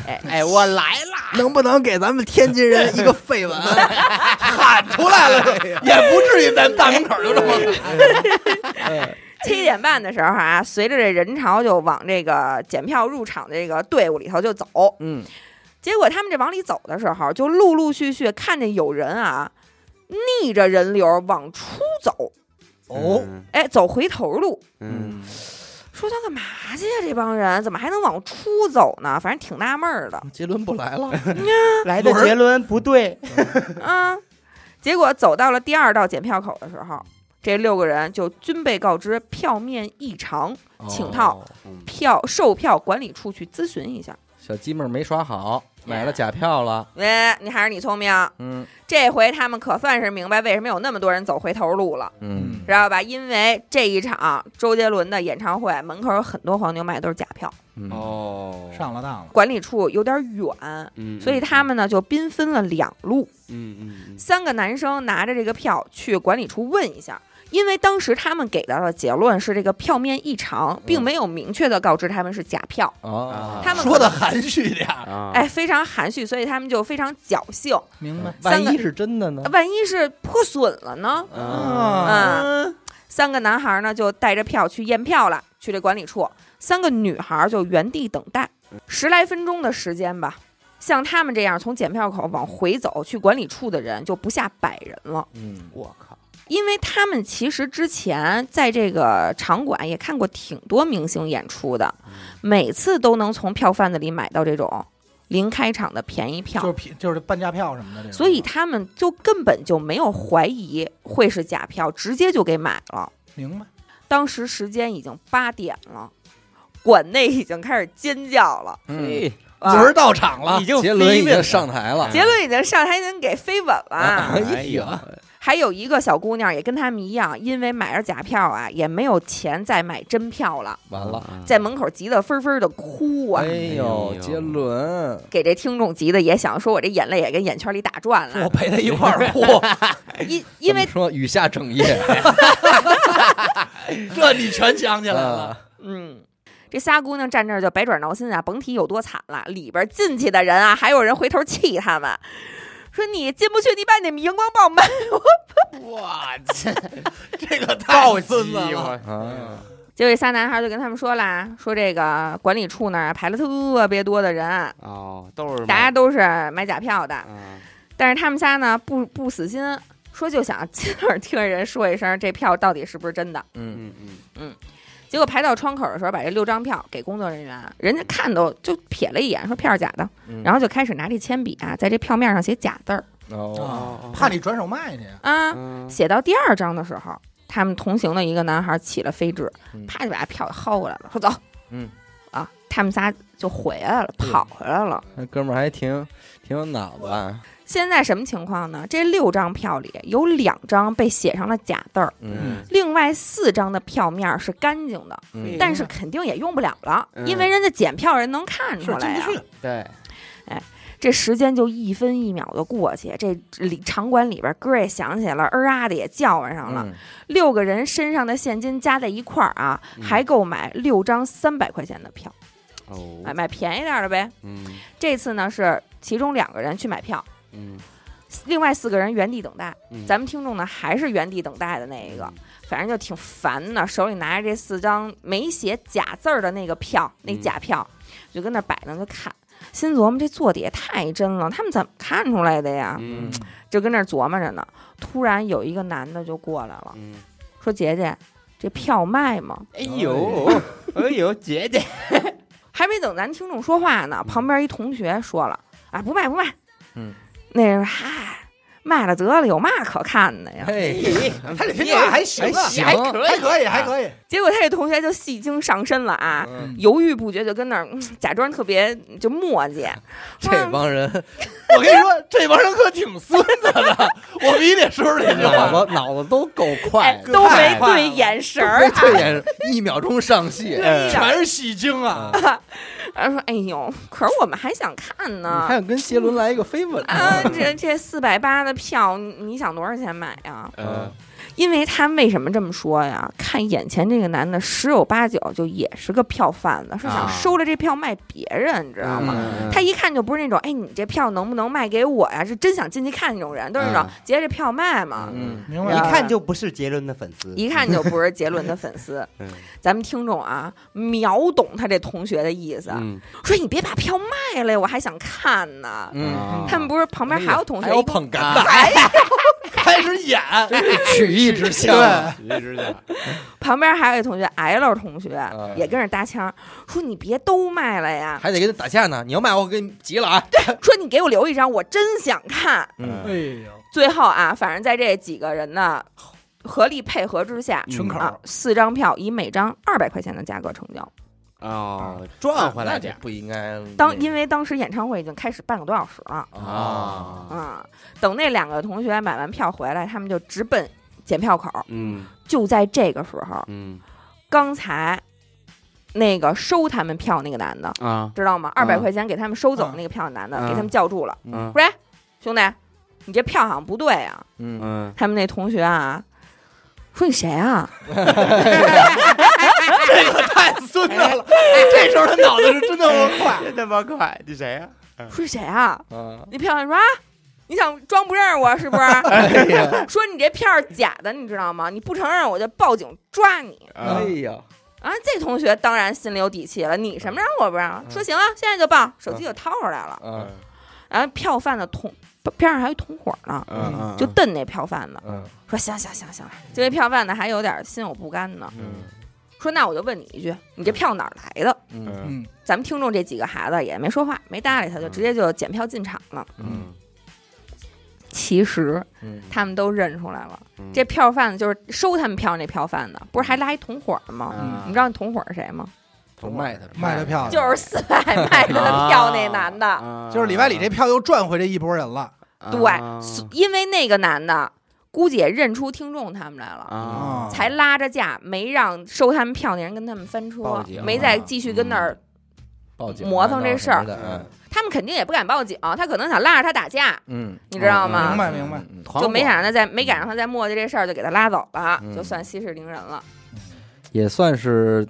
哎哎，我来啦！ 能不能给咱们天津人一个绯闻？ 哎喊出来 了，也不至于咱大门口就这么喊。七点半的时候啊，随着这人潮就往这个检票入场的这个队伍里头就走。嗯，结果他们这往里走的时候，就陆陆续续看见有人啊，逆着人流往出走，嗯哦，哎，走回头路。嗯，说他干嘛去呀、这帮人怎么还能往出走呢？反正挺纳闷儿 的嗯杰伦不来了，来的杰伦不对，啊。结果走到了第二道检票口的时候，这六个人就均被告知票面异常，请到哦票售票管理处去咨询一下。小鸡妹儿没耍好，买了假票了。喂、你还是你聪明，嗯这回他们可算是明白为什么有那么多人走回头路了。嗯，知道吧？因为这一场周杰伦的演唱会门口有很多黄牛卖的都是假票，嗯哦上了当了，管理处有点远，嗯，所以他们呢就兵分了两路。嗯，嗯嗯三个男生拿着这个票去管理处问一下，因为当时他们给到的结论是这个票面异常，并没有明确的告知他们是假票。啊哦，他们说可的能含蓄点儿，啊，哎，非常含蓄，所以他们就非常侥幸，明白。嗯万三个一是真的呢？万一是破损了呢？啊嗯，三个男孩呢就带着票去验票了，去这管理处。三个女孩就原地等待，十来分钟的时间吧。像他们这样从检票口往回走去管理处的人就不下百人了，嗯，我靠，因为他们其实之前在这个场馆也看过挺多明星演出的，每次都能从票贩子里买到这种临开场的便宜就是票，平就是半价票什么的这种，所以他们就根本就没有怀疑会是假票，直接就给买了。明白。当时时间已经八点了，馆内已经开始尖叫了。嗯啊轮儿到场了已，经杰伦已飞经奔上台了，杰伦已经上台，已经给飞吻了。啊哎呀，还有一个小姑娘也跟他们一样，因为买了假票啊，也没有钱再买真票了，完了。嗯在门口急得纷纷的哭啊，嗯哎呦，杰伦，给这听众急的也想说，我这眼泪也跟眼圈里打转我了，陪他一块儿 哭，哎因因为怎么说雨下整夜，这你全想起来了。啊嗯。这仨姑娘站这儿就百爪挠心啊，甭提有多惨了。里边进去的人啊，还有人回头气他们，说你进不去，你把你们荧光棒卖我这这 个太暴孙击子了，我啊，结果这仨男孩就跟他们说啦，说这个管理处那儿排了特别多的人，哦，都是大家都是买假票的。啊，但是他们仨呢不不死心，说就想亲耳听人说一声这票到底是不是真的。嗯，嗯嗯，结果排到窗口的时候，把这六张票给工作人员，人家看都就瞥了一眼，说票是假的，嗯然后就开始拿这铅笔啊，在这票面上写假字儿哦，啊哦怕你转手卖去，啊。嗯写到第二章的时候，他们同行的一个男孩起了飞智嗯，啪就把票薅过来了，说走，嗯，啊，他们仨就回来了，跑回来了。那哥们儿还挺挺有脑子啊，现在什么情况呢？这六张票里有两张被写上了假字儿，嗯另外四张的票面是干净的，嗯但是肯定也用不了了，嗯因为人家检票人能看出是来进呀、不去。对，这时间就一分一秒的过去，这里场馆里边歌儿也响起来了，儿啊的也叫唤上了。嗯，六个人身上的现金加在一块儿啊，嗯还够买六张三百块钱的票，哦哎，买便宜点儿的呗。嗯这次呢是其中两个人去买票，嗯，另外四个人原地等待。嗯咱们听众呢还是原地等待的那一个，反正就挺烦的，手里拿着这四张没写假字儿的那个票，那嗯假票，就跟那摆弄着看。心琢磨这坐底也太真了，他们怎么看出来的呀？嗯就跟那儿琢磨着呢。突然有一个男的就过来了，嗯，说：“姐姐，这票卖吗？”哎呦哎呦，姐姐，还没等咱听众说话呢，旁边一同学说了：“啊，不卖不卖。”嗯，那人说：“嗨，卖了得了，有嘛可看的呀嗯嘿，嗯他这评价还行啊，行还可还以，可以，还可以。？”结果他这同学就戏精上身了啊，嗯犹豫不决，就跟那儿嗯假装特别就磨叽。这帮人我跟你说，这帮人可挺孙子的，我必须得说出这 句话。脑子脑子都够快哎，的，都没对眼神儿这也是一秒钟上戏，哎呀嗯全是戏精啊！然后说：“哎呦，可是我们还想看呢。还想跟杰伦来一个飞吻啊，这这四百八的票，你你想多少钱买呀？ 嗯，因为他为什么这么说呀？看眼前这个男的，十有八九就也是个票贩子，是啊想收了这票卖别人，你知道吗？嗯他一看就不是那种，哎，你这票能不能卖给我呀？是真想进去看那种人，都是那种嗯截这票卖嘛。嗯，明白一了。看就不是杰伦的粉丝，一看就不是杰伦的粉丝嗯， 咱们听众啊，秒懂他这同学的意思，嗯说你别把票卖了，我还想看呢。嗯，他们不是旁边还有同学，还有一共捧哏的，哎呀开始演， 曲艺之乡对，一直的，旁边还有一同学 L 同学嗯也跟着搭腔，说你别都卖了呀，还得给他打架呢。你要卖我，给你急了啊！说你给我留一张，我真想看。嗯哎呦，最后啊，反正在这几个人的合力配合之下，嗯群口啊，四张票以每张二百块钱的价格成交。嗯哦，赚回来点啊那就不应该当嗯因为当时演唱会已经开始半个多小时了，儿啊，啊，等那两个同学买完票回来，他们就直奔检票口。嗯就在这个时候，嗯刚才那个收他们票那个男的，啊知道吗？二百嗯块钱给他们收走嗯那个票的男的，嗯给他们叫住了，嗯喂，兄弟，你这票好像不对啊！嗯，嗯，他们那同学啊，说你谁 啊？太孙子了，这时候他脑子是真的往快。真他妈快，你谁呀？说谁啊？嗯，那票说啊，你想装不认识我是不是？哎说你这票是假的，你知道吗？你不承认我就报警抓你。啊哎呀，啊，这同学当然心里有底气了。你什么让我不让？说行啊，现在就报，手机就掏出来了。嗯然后票贩子同边上还有一同伙呢，嗯，就瞪那票贩子，嗯说行行行行，这位票贩子还有点心有不甘呢。嗯说那我就问你一句，你这票哪儿来的？嗯嗯嗯，咱们听众这几个孩子也没说话，没搭理他，就直接就检票进场了。嗯其实嗯，他们都认出来了，嗯这票贩子就是收他们票那票贩子，不是还拉一同伙儿吗？嗯你知道那同伙儿是谁吗？都卖他，卖的啊票嗯就是四百卖他的票那男的。就是里外里这票又赚回这一波人了。啊对，所因为那个男的估计也认出听众他们来了。哦啊，才拉着架，没让收他们票那人跟他们翻报车警，没再继续跟那儿。报警磨蹭这事儿嗯他们肯定也不敢报警，他可能想拉着他打架，嗯，你知道明吗？白明白嗯就没想让他再没赶上他再磨叽这事儿，就给他拉走了，嗯就算息事宁人了。也算是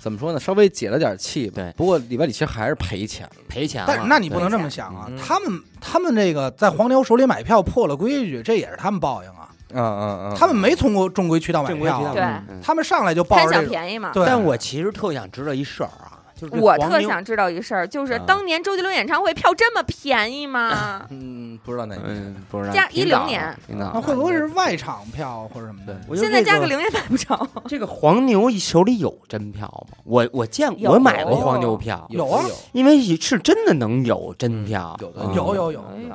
怎么说呢，稍微解了点气呗。对不过里边里其实还是赔钱了，赔钱了。但是那你不能这么想啊嗯，他们他们这个在黄牛手里买票破了规矩，这也是他们报应啊。嗯嗯嗯，他们没通过正规渠道买正规渠票道？啊，对，嗯他们上来就抱贪着小这种。便宜嘛。对，啊但我其实特想知道一事儿啊，就是我黄特牛，想知道一事儿，就是啊当年周杰伦演唱会票这么便宜吗嗯不知道哪嗯，不知道加挺早的16年挺早那的。会不会是外场票啊或者什么的？我就现在这加个零也买不着。这个黄牛手里有真票吗？我我见有我买过黄牛票，有啊因为是真的能有真票，有嗯有有有，哎呦，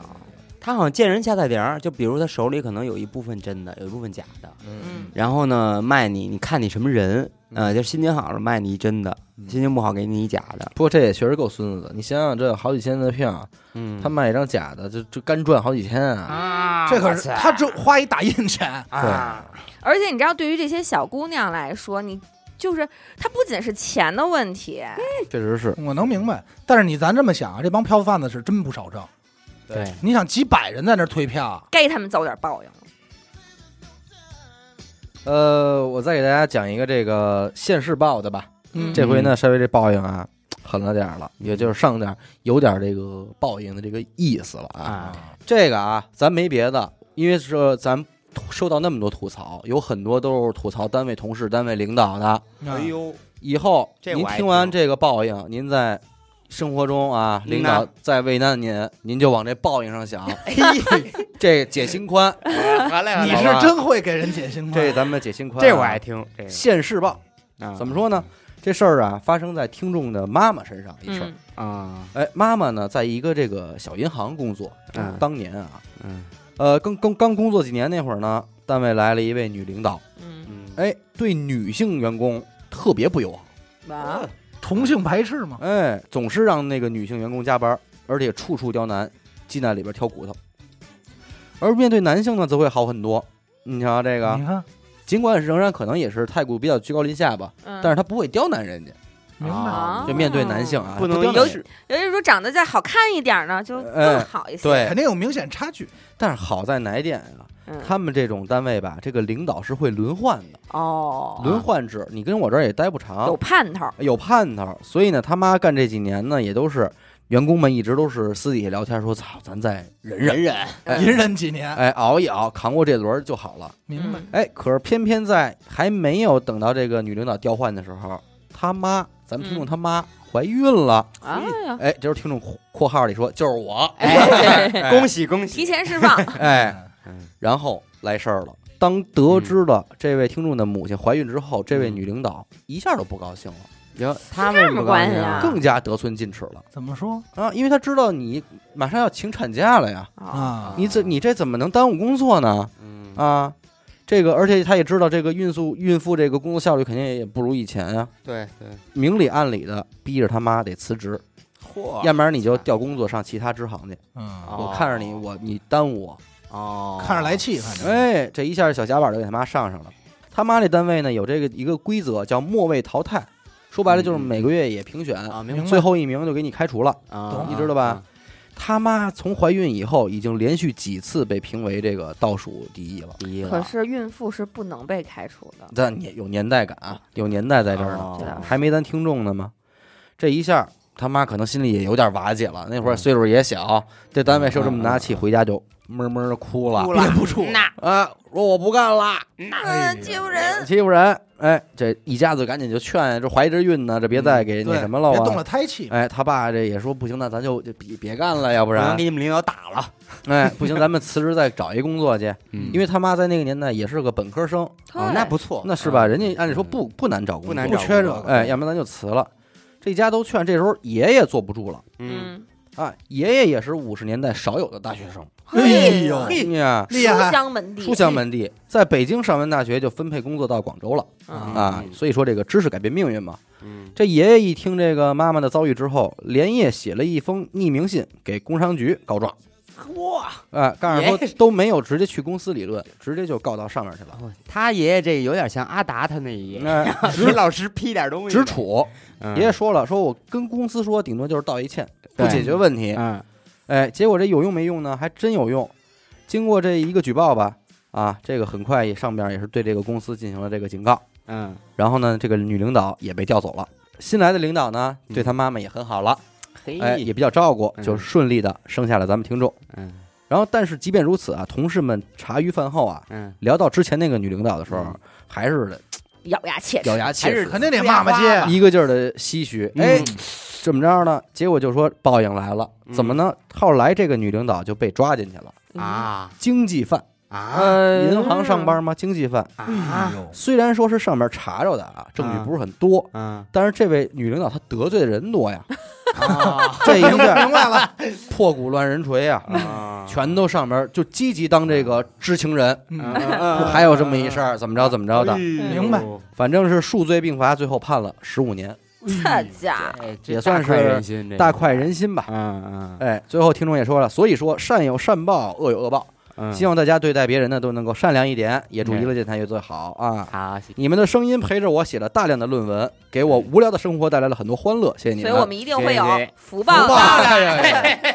他好像见人下菜碟儿，就比如他手里可能有一部分真的，有一部分假的，嗯，然后呢卖你，你看你什么人，呃，就心情好了卖你一真的，心情不好给你一假的，不过这也确实够孙子的。你想想，这好几千的票，嗯，他卖一张假的，就就干赚好几千啊！啊这可是他只花一打印钱，啊，而且你知道，对于这些小姑娘来说，你就是它不仅是钱的问题，确实是，我能明白。但是你咱这么想啊，这帮票贩子是真不少挣。对，你想几百人在那儿退票，啊该他们遭点报应了。呃，我再给大家讲一个这个现世报的吧。嗯这回呢，稍微这报应啊狠了点儿了，也就是上点儿有点儿这个报应的这个意思了啊。啊，这个啊，咱没别的，因为是咱收到那么多吐槽，有很多都是吐槽单位同事、单位领导的。哎呦，呦，以后这您我爱听完听这个报应，您在生活中啊，嗯呐领导再为难您，您就往这报应上 想，哎，这解心宽，好嘞，好你嘞是真会给人解心宽。这咱们解心宽啊、这我爱听，这个现世报，啊怎么说呢？这事儿啊，发生在听众的妈妈身上一事儿。嗯，啊？哎，妈妈呢，在一个这个小银行工作，嗯当年啊，嗯呃，刚刚刚工作几年那会儿呢，单位来了一位女领导，嗯，嗯，哎，对女性员工特别不友好，啊，同性排斥嘛，哎，总是让那个女性员工加班，而且处处刁难，鸡蛋里边挑骨头。而面对男性呢，则会好很多。你瞧啊这嗯个，你看，尽管仍然可能也是太过比较居高临下吧，嗯但是他不会刁难人家，明啊白。就面对男性啊，不能盯有着是有些如果长得再好看一点儿呢，就更哎好一些。对肯，定有明显差距，但是好在哪一点啊？嗯，他们这种单位吧，这个领导是会轮换的，哦，轮换制，你跟我这儿也待不有长，盼头儿，有盼头。所以呢，他妈干这几年呢，也都是员工们一直都是私底下聊天说，操，咱再忍忍，忍，哎 隐忍几年，哎，熬一熬，扛过这轮儿就好了。明白嗯？哎，可是偏偏在还没有等到这个女领导调换的时候，他妈，咱们听众嗯他妈怀孕了。哎呀，哎，这是听众括括号里说就是我，哎，恭喜恭喜！提前释放，哎，嗯然后来事儿了。当得知了这位听众的母亲怀孕之后，这位女领导一下都不高兴了，哟，他这们么不高关系兴啊更加得寸进尺了怎么说啊！因为她知道你马上要请产假了呀，啊，啊？你这你这怎么能耽误工作呢？嗯啊，这个而且她也知道这个孕妇孕妇这个工作效率肯定也不如以前啊，对对，明里暗里的逼着他妈得辞职，嚯要不然你就调工作上其他支行去。嗯，我看着你，我你耽误我，哦，看着来气，反正哎，这一下小夹板就给他妈上上了。他妈这单位呢有这个一个规则叫末位淘汰，说白了就是嗯每个月也评选，啊，明白最后一名就给你开除了。啊懂，你知道吧？他妈从怀孕以后已经连续几次被评为这个倒数第一了，第一可是孕妇是不能被开除的，但你有年代感啊，有年代在这儿呢，哦这倒是还没咱听众呢吗？这一下他妈可能心里也有点瓦解了，那会儿嗯岁数也小，这单位受这么大嗯气，嗯嗯回家就闷闷的哭了哭了憋不住，那啊，说我不干了。那欺负人，欺负人，哎，这一家子赶紧就劝，这怀着孕呢，这别嗯再给那对什么了、啊别动了胎气，哎，他爸这也说不行，那咱就就别别干了，要不不然能给，你们领导打了，哎，不行，咱们辞职再找一工作去。嗯因为他妈在那个年代也是个本科生，哦，那不错，那是吧？嗯人家按理说不不难找工作，不难不找缺工这作个哎，要不然咱就辞了。这家都劝，这时候爷爷坐不住了嗯，嗯，啊，爷爷也是五十年代少有的大学生，哎呦嘿呀，厉害书香门第，书香门第，在北京上完大学就分配工作到广州了嗯，啊，嗯所以说这个知识改变命运嘛。嗯这爷爷一听这个妈妈的遭遇之后，连夜写了一封匿名信给工商局告状。嗯哇，啊，告诉爷说爷都没有直接去公司理论，直接就告到上面去了。他爷爷这个有点像阿达他那爷爷， 那、给老师批点东西，直，处，嗯爷爷说了，说我跟公司说，顶多就是道一歉，不对解决问题。嗯，哎，结果这有用没用呢？还真有用。经过这一个举报吧，啊，这个很快也上边也是对这个公司进行了这个警告。嗯，然后呢，这个女领导也被调走了。新来的领导呢，对她妈妈也很好了，嘿，哎，也比较照顾，嗯就顺利的生下了咱们听众。嗯然后，但是即便如此啊，同事们茶余饭后啊，嗯，聊到之前那个女领导的时候嗯，还是咬牙切齿咬，牙切还是齿，肯定得骂骂街啊一个劲儿的唏嘘。哎嗯，怎么着呢？结果就说报应来了，嗯怎么呢？后来这个女领导就被抓进去了，嗯，啊经济犯，啊呃，银行上班吗？经济犯。哎啊，呦，虽然说是上面查着的啊，证据不是很多，嗯但是这位女领导她得罪的人多 呀，啊这一下 明白了，破鼓乱人锤啊，啊， 全都上面就积极当这个知情人，嗯说还还有这么嗯一事儿，怎么着怎么着的，哎明白反正是数罪并罚，最后判了十五年，这家哎，这也算大快人是心，这大个快人心吧。嗯嗯哎，最后听众也说了，所以说善有善报，恶有恶报，嗯，希望大家对待别人呢都能够善良一点，也祝嗯娱乐电台越做越好啊！好，谢谢你们的声音陪着我写了大量的论文，给我无聊的生活带来了很多欢乐，谢谢你所以们。我们一定会有谢谢福报福报的。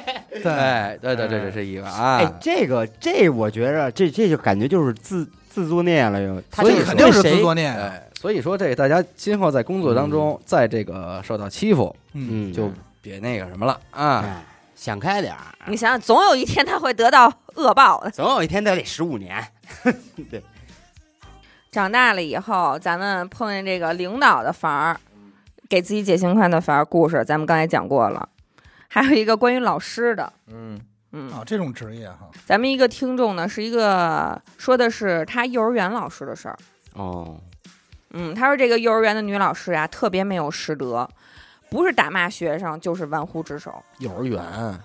对，哎，对对对，这是一个哎啊，，这个这我觉着这这就感觉就是自自作孽了又，他所以这个肯定是谁自作孽啊，哎，所以说这个大家今后在工作当中，在这个受到欺负，嗯，嗯，就别那个什么了啊。哎想开点儿，你想想，总有一天他会得到恶报的。总有一天他得十五年，对，长大了以后，咱们碰见这个领导的房儿，给自己解刑判的房儿故事，咱们刚才讲过了。还有一个关于老师的，嗯，嗯，哦啊，这种职业哈，咱们一个听众呢是一个说的是他幼儿园老师的事儿，哦，嗯，他说这个幼儿园的女老师呀、特别没有师德，不是打骂学生就是玩忽职守幼儿园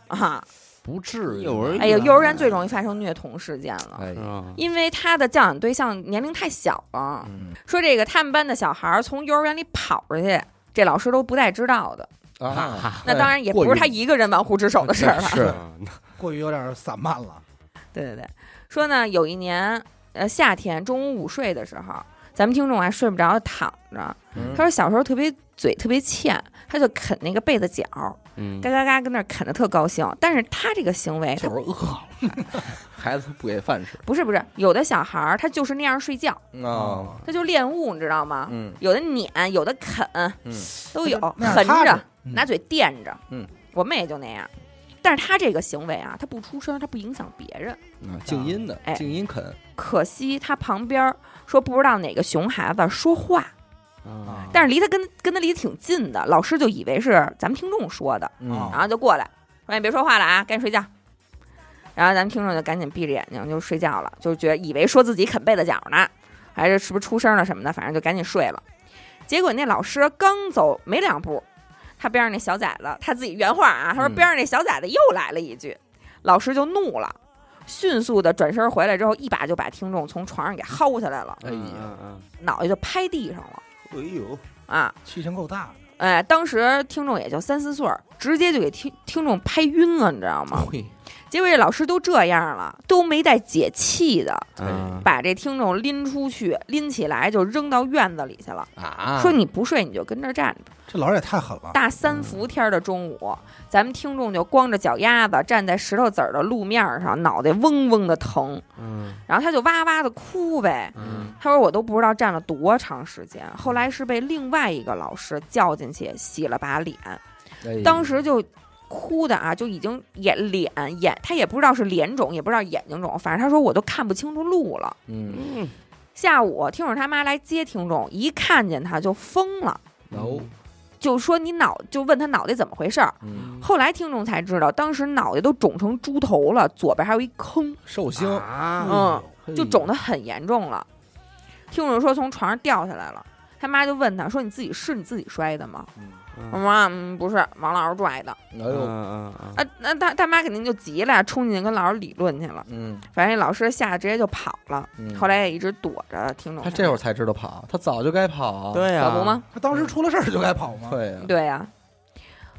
啊！不至于，幼儿园嗯哎呀，幼儿园最容易发生虐童事件了。哎是吧因为他的教养对象年龄太小了，嗯说这个他们班的小孩儿从幼儿园里跑出去，这老师都不带知道的。啊，那当然也过不是于他一个人玩忽职守的事儿了。是 过于有点散漫了，对对对，说呢，有一年，呃，啊夏天中午午睡的时候，咱们听众还睡不着，躺着。嗯他说小时候特别嘴特别欠，他就啃那个被子角，嗯嘎，嘎嘎跟那儿啃的特高兴。但是他这个行为，就是饿了，孩子不给饭吃不是不是，有的小孩儿他就是那样睡觉，哦啊，他就恋物，你知道吗？嗯有的撵，有的啃，嗯都有，那样横踏着实，嗯拿嘴垫着。嗯，我妹也就那样。但是她这个行为啊，她不出声，她不影响别人。嗯啊，静音的哎，静音啃，可惜她旁边儿说不知道哪个熊孩子说话，嗯啊，但是离她跟跟她离得挺近的，老师就以为是咱们听众说的，嗯啊然后就过来说：“你别说话了啊，赶紧睡觉。”然后咱们听众就赶紧闭着眼睛就睡觉了，就觉得以为说自己啃被子角呢，还是是不是出声了什么的，反正就赶紧睡了。结果那老师刚走没两步，他边上那小崽子，他自己原话啊，他说嗯边上那小崽子又来了一句，老师就怒了，迅速的转身回来之后，一把就把听众从床上给薅下来了，哎呀，嗯，脑袋就拍地上了哎呦，啊！气性够大的。哎，当时听众也就三四岁儿，直接就给听听众拍晕了，你知道吗？嘿，结果这老师都这样了，都没带解气的，嗯哎 把这听众拎出去，拎起来就扔到院子里去了。啊，说你不睡你就跟这儿站着。这老人也太狠嗯了，大三伏天儿的中午，咱们听众就光着脚丫子站在石头子儿的路面上，脑袋嗡嗡的疼，嗯然后他就哇哇的哭呗。嗯，他说我都不知道站了多长时间，后来是被另外一个老师叫进去洗了把脸，哎当时就哭的啊，就已经眼脸眼，他也不知道是脸肿，也不知道眼睛肿，反正他说我都看不清楚路了。嗯，下午听众他妈来接听众，一看见他就疯了， no，就说你脑就问他脑袋怎么回事儿。嗯，后来听众才知道，当时脑袋都肿成猪头了，左边还有一坑，寿星，啊，嗯，嘿就肿得很严重了。听众说从床上掉下来了，他妈就问他说你自己是你自己摔的吗？我嗯妈嗯不是，王老师拽的。哎呦，嗯嗯啊，那他他妈肯定就急了，冲进去跟老师理论去了。嗯，反正老师吓得直接就跑了，嗯后来也一直躲着听众。他这会儿才知道跑，他早就该跑啊，对呀，可不吗？他当时出了事儿就该跑嘛。对呀，对呀、啊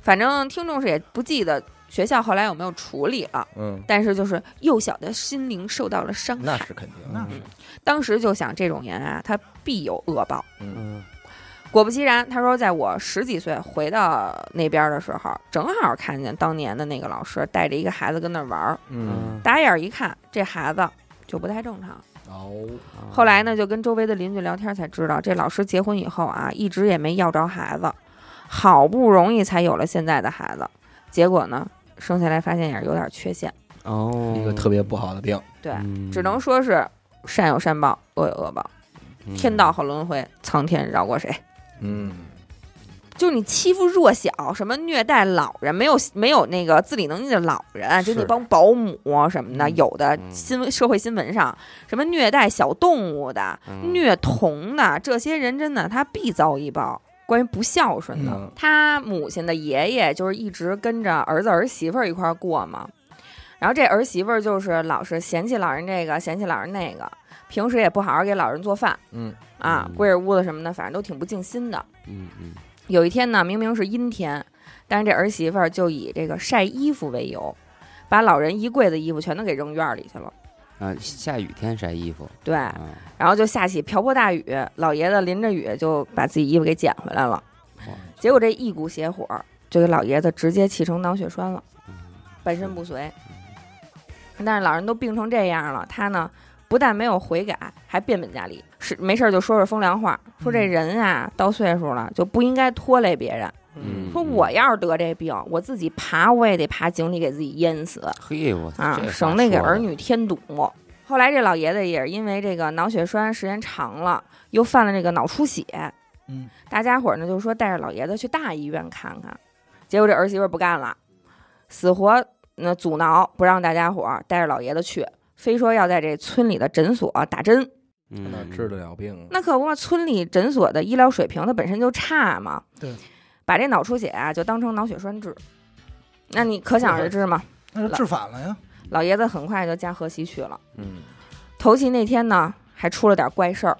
反正听众是也不记得学校后来有没有处理了，嗯，但是就是幼小的心灵受到了伤那害。是肯定，那嗯是当时就想，这种人啊，他必有恶报。嗯果不其然，他说，在我十几岁回到那边的时候，正好看见当年的那个老师带着一个孩子跟那儿玩儿，嗯，打眼儿一看，这孩子就不太正常。哦，后来呢，就跟周围的邻居聊天才知道，这老师结婚以后啊，一直也没要着孩子，好不容易才有了现在的孩子。结果呢，生下来发现也是有点缺陷，哦，一个特别不好的病，对，嗯只能说是善有善报，恶有恶报，嗯天道好轮回，苍天饶过谁？ 嗯，就是你欺负弱小，什么虐待老人，没有没有那个自理能力的老人，就是那帮保姆什么的，嗯有的嗯新闻社会新闻上什么虐待小动物的，嗯虐童的这些人，真的他必遭一报。关于不孝顺的，嗯他母亲的爷爷就是一直跟着儿子儿媳妇儿一块儿过嘛，然后这儿媳妇儿就是老是嫌弃老人这个，嫌弃老人那个，平时也不好好给老人做饭嗯，啊，嗯归着屋子什么的，反正都挺不尽心的。嗯嗯有一天呢，明明是阴天，但是这儿媳妇儿就以这个晒衣服为由，把老人一柜子衣服全都给扔院儿里去了。啊，下雨天晒衣服对，啊，然后就下起瓢泼大雨，老爷子淋着雨就把自己衣服给捡回来了哇。结果这一股邪火就给老爷子直接气成脑血栓了，嗯半身不遂。但是老人都病成这样了，他呢不但没有悔改，还变本加厉，是没事儿就说说风凉话，说这人啊到岁数了就不应该拖累别人。嗯说我要是得这病，我自己爬我也得爬井里给自己淹死。嘿我啊，省得给儿女添堵。后来这老爷子也是因为这个脑血栓时间长了，又犯了这个脑出血，嗯，大家伙儿呢就说带着老爷子去大医院看看。结果这儿媳妇儿不干了，死活那阻挠不让大家伙儿带着老爷子去，非说要在这村里的诊所打针。嗯哪治得了病？那可不嘛，村里诊所的医疗水平它本身就差嘛。对，把这脑出血啊就当成脑血栓治，那你可想而知嘛。那就治反了呀。老爷子很快就驾鹤西去了。嗯，头七那天呢，还出了点怪事儿，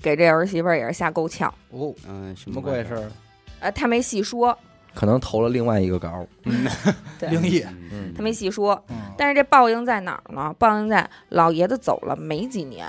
给这儿媳妇儿也是吓够呛。哦，嗯什什么怪事儿？儿？呃，他没细说，可能投了另外一个稿，对 灵异，嗯嗯他没细说。嗯，但是这报应在哪儿呢？报应在老爷子走了没几年，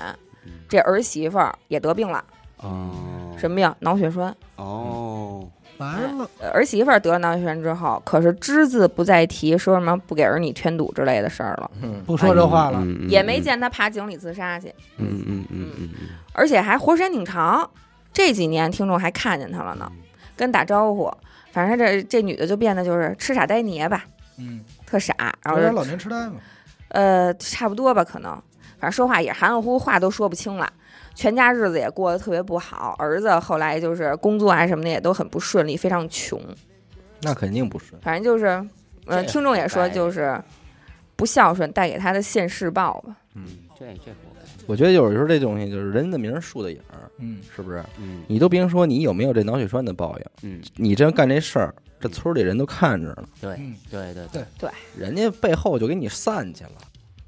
这儿媳妇儿也得病了，嗯哦什么病？脑血栓。哦完哎了，呃儿媳妇儿得了脑血栓之后，可是只字不再提说什么不给儿女添堵之类的事儿了，嗯，不说这话了，嗯也没，见他爬井里自杀去，嗯嗯嗯嗯嗯而且还活时间挺长。这几年听众还看见他了呢，嗯跟打招呼，反正这这女的就变得就是痴傻呆捏吧，嗯，特傻，然有后点就老年痴呆嘛，呃，差不多吧，可能，反正说话也含含糊糊，话都说不清了。全家日子也过得特别不好，儿子后来就是工作啊什么的也都很不顺利，非常穷。那肯定不是。反正就是，这呃，听众也说很白就是不孝顺带给他的现世报吧。嗯，这这活该，我觉得有时候这东西就是人的名儿树的影儿，嗯，是不是？嗯你都别说你有没有这脑血栓的报应，嗯，你真干这事儿，这村儿里人都看着呢，对嗯对对人家背后就给你散去了。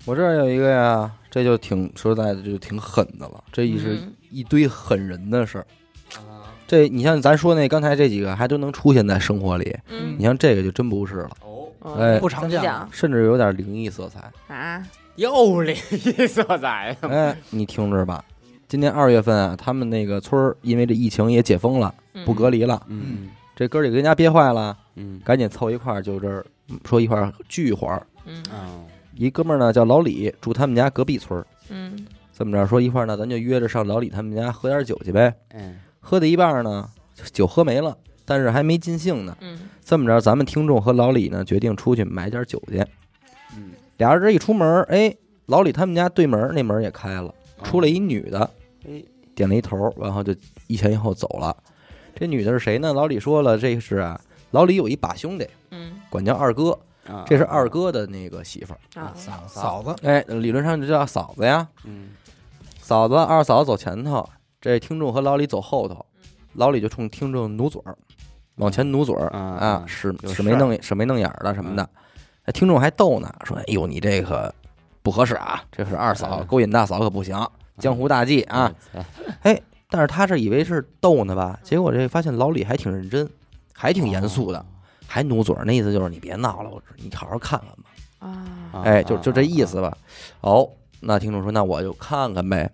我这儿有一个呀，这就挺说实在的，就挺狠的了。这一是嗯一堆狠人的事儿。嗯啊这你像咱说那刚才这几个，还都能出现在生活里。嗯你像这个就真不是了，哦，嗯哎不常怎么见讲甚至有点灵异色彩。啊，又灵异色彩，嗯哎，你听着吧，今年二月份啊，他们那个村儿因为这疫情也解封了，嗯不隔离了，嗯这哥儿几个跟家憋坏了，嗯赶紧凑一块儿，就这儿嗯说一块儿聚一会儿。嗯嗯，一哥们儿呢叫老李，住他们家隔壁村儿。嗯这么着说一块儿呢，咱就约着上老李他们家喝点酒去呗。嗯喝的一半儿呢，酒喝没了，但是还没尽兴呢。嗯这么着，咱们听众和老李呢决定出去买点酒去。嗯，俩人这一出门儿，哎，老李他们家对门儿那门儿也开了，出来一女的，哎点了一头，然后就一前一后走了。这女的是谁呢？老李说了，这是啊，老李有一把兄弟，嗯管叫二哥，啊哎这是二，哥的那个媳妇儿。啊，嫂嫂子，哎，理论上就叫嫂子呀。嗯嫂子、二嫂走前头，这听众和老李走后头，老李就冲听众努嘴儿，往前努嘴儿啊啊，啊使有使事没儿嗯弄使没弄眼儿的什么的。哎，听众还逗呢，说：“哎呦，你这可不合适啊，这是二嫂嗯勾引大嫂可不行，江湖大忌啊。，但是他是以为是逗呢吧，结果这发现老李还挺认真，还挺哦严肃的，还努嘴儿，那意思就是你别闹了，我你好好看看吧。啊，啊，哎，就就这意吧。思吧。哦，那听众说，那我就看看呗。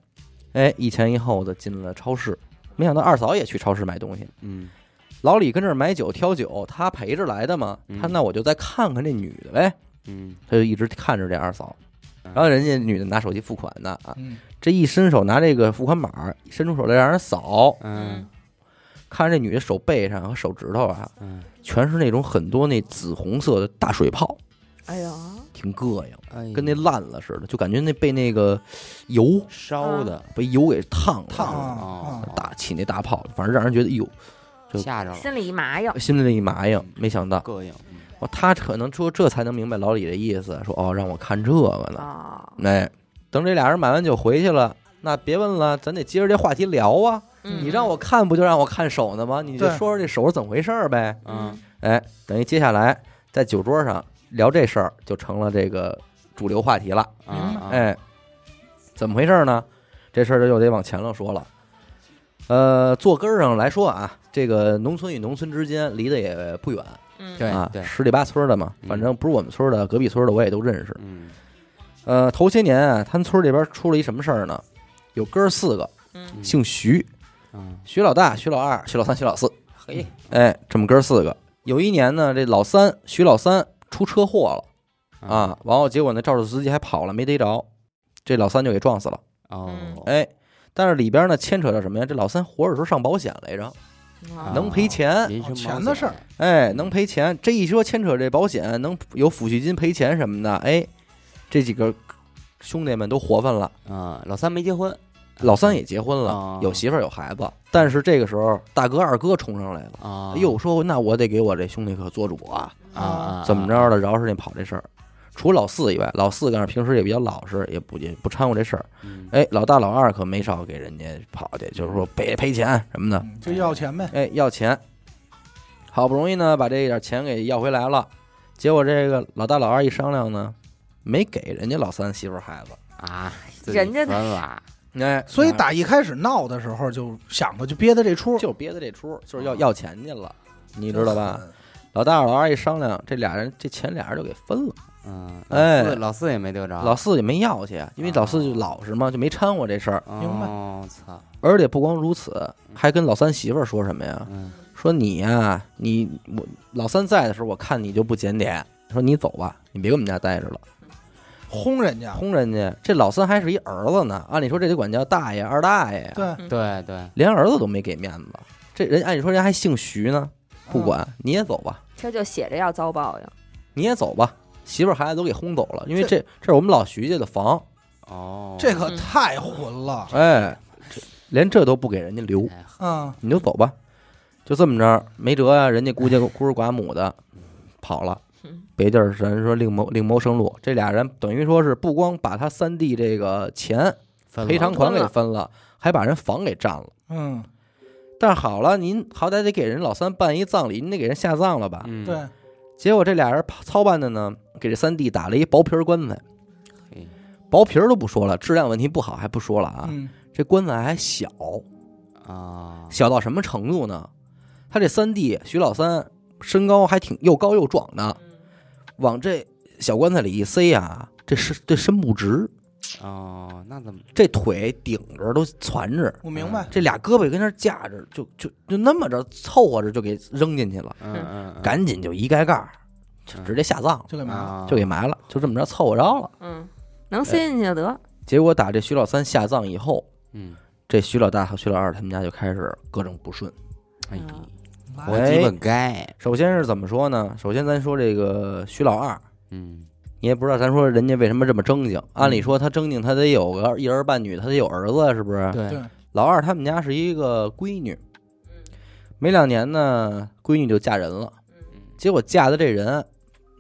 哎，一前一后的进了超市，没想到二嫂也去超市买东西。嗯老李跟这儿买酒挑酒，他陪着来的嘛。他嗯那我就再看看这女的呗。嗯他就一直看着这二嫂，然后人家女的拿手机付款呢啊，嗯，这一伸手拿这个付款码，伸出手来让人扫，嗯看这女的手背上和手指头啊，嗯，全是那种很多那紫红色的大水泡，哎呦，挺膈应，哎呦，跟那烂了似的，就感觉那被那个油烧的被油给烫了，烫啊哦是吧大起那大泡，反正让人觉得哟，就吓着了，心里一麻痒，心里一麻痒。没想到，膈应，嗯哦，他可能说这才能明白老李的意思，说哦，让我看这个呢。啊，哎，等这俩人买完酒回去了，那别问了，咱得接着这话题聊啊。嗯你让我看不就让我看手呢吗？你就对说说这手是怎么回事儿呗。嗯哎，等于接下来在酒桌上聊这事儿就成了这个主流话题了。啊，，哎，怎么回事呢？这事儿就又得往前了说了。呃，坐根儿上来说啊，这个农村与农村之间离得也不远嗯对啊，十里八村儿的嘛，嗯反正不是我们村儿的，隔壁村儿的我也都认识。嗯呃，头些年啊，他们村儿这边出了一什么事儿呢？有哥儿四个，嗯嗯姓徐，嗯，徐老大、徐老二、徐老三、徐老四，嘿，哎，这么哥儿四个。有一年呢，这老三徐老三出车祸了嗯啊，完后结果呢，肇事司机还跑了，没逮着，这老三就给撞死了。嗯哦，哎，但是里边呢牵扯到什么呀？这老三活着时候上保险来着，啊能赔钱。民生钱的事儿，哎，能赔钱。这一说牵扯这保险，能有抚恤金赔钱什么的。哎，这几个兄弟们都活泛了，啊，老三没结婚，老三也结婚了哦，有媳妇儿有孩子。但是这个时候，大哥二哥冲上来了，啊，哎呦，说那我得给我这兄弟可做主啊，啊，怎么着的饶是那跑这事儿。除老四以外，老四干是平时也比较老实，也不也不掺和这事儿。嗯哎，老大老二可没少给人家跑去，就是说赔赔钱什么的。嗯就要钱呗，哎，要钱，好不容易呢把这一点钱给要回来了，结果这个老大老二一商量呢，没给人家老三媳妇儿孩子， 啊？分了，哎，所以打一开始闹的时候就想着就憋的这出，就憋的这出，就是要啊要钱去了，你知道啊吧？？老大老二一商量，这俩人这钱俩人就给分了，嗯，哎老四也没得啊着，老四也没要去，因为老四就老实嘛，就没掺和这事儿。哦嗯明白？我操，而且不光如此，还跟老三媳妇儿说什么呀？嗯说你呀、你我老三在的时候，我看你就不检点，说你走吧，你别跟我们家待着了，轰人家，轰人家。这老三还是一儿子呢，按理说这得管叫大爷、二大爷，对，对对，连儿子都没给面子。这人按理说人家还姓徐呢，嗯不管、你也走吧，这就写着要遭报应。你也走吧，媳妇儿孩子都给轰走了，因为这这是我们老徐家的房，哦，嗯这可太混了，哎，这连这都不给人家留，哎嗯，你就走吧，就这么着，没辙呀、人家孤家孤儿寡母的跑了。嗯别地儿人说另谋另谋生路，这俩人等于说是不光把他三弟这个钱分了赔偿款分给了分了，还把人房给占了。嗯，但是好了，您好歹得给人老三办一葬礼，您得给人下葬了吧？嗯，对，啊结果这俩人操办的呢，给这三弟打了一薄皮儿棺材嘿，薄皮儿都不说了，质量问题不好还不说了啊，嗯，这棺材还小，啊，小到什么程度呢？他这三弟徐老三身高还挺又高又壮的，嗯往这小棺材里一塞啊，这身这身不直，哦，那怎么这腿顶着都攒着，我明白，这俩胳膊跟那儿架着，就就就那么着凑合着就给扔进去了，嗯嗯嗯赶紧就一盖盖儿，就直接下葬了，就给埋了，啊就给埋了，就这么着凑合着了。嗯，能塞进去就得。结果打这徐老三下葬以后，嗯，这徐老大和徐老二他们家就开始各种不顺。哎，嗯啊活鸡本该，首先是怎么说呢？首先咱说这个徐老二，嗯你也不知道咱说人家为什么这么正经。按理说他正经，他得有个一儿半女，他得有儿子，是不是？对对，老二他们家是一个闺女，没两年呢，闺女就嫁人了。结果嫁的这人，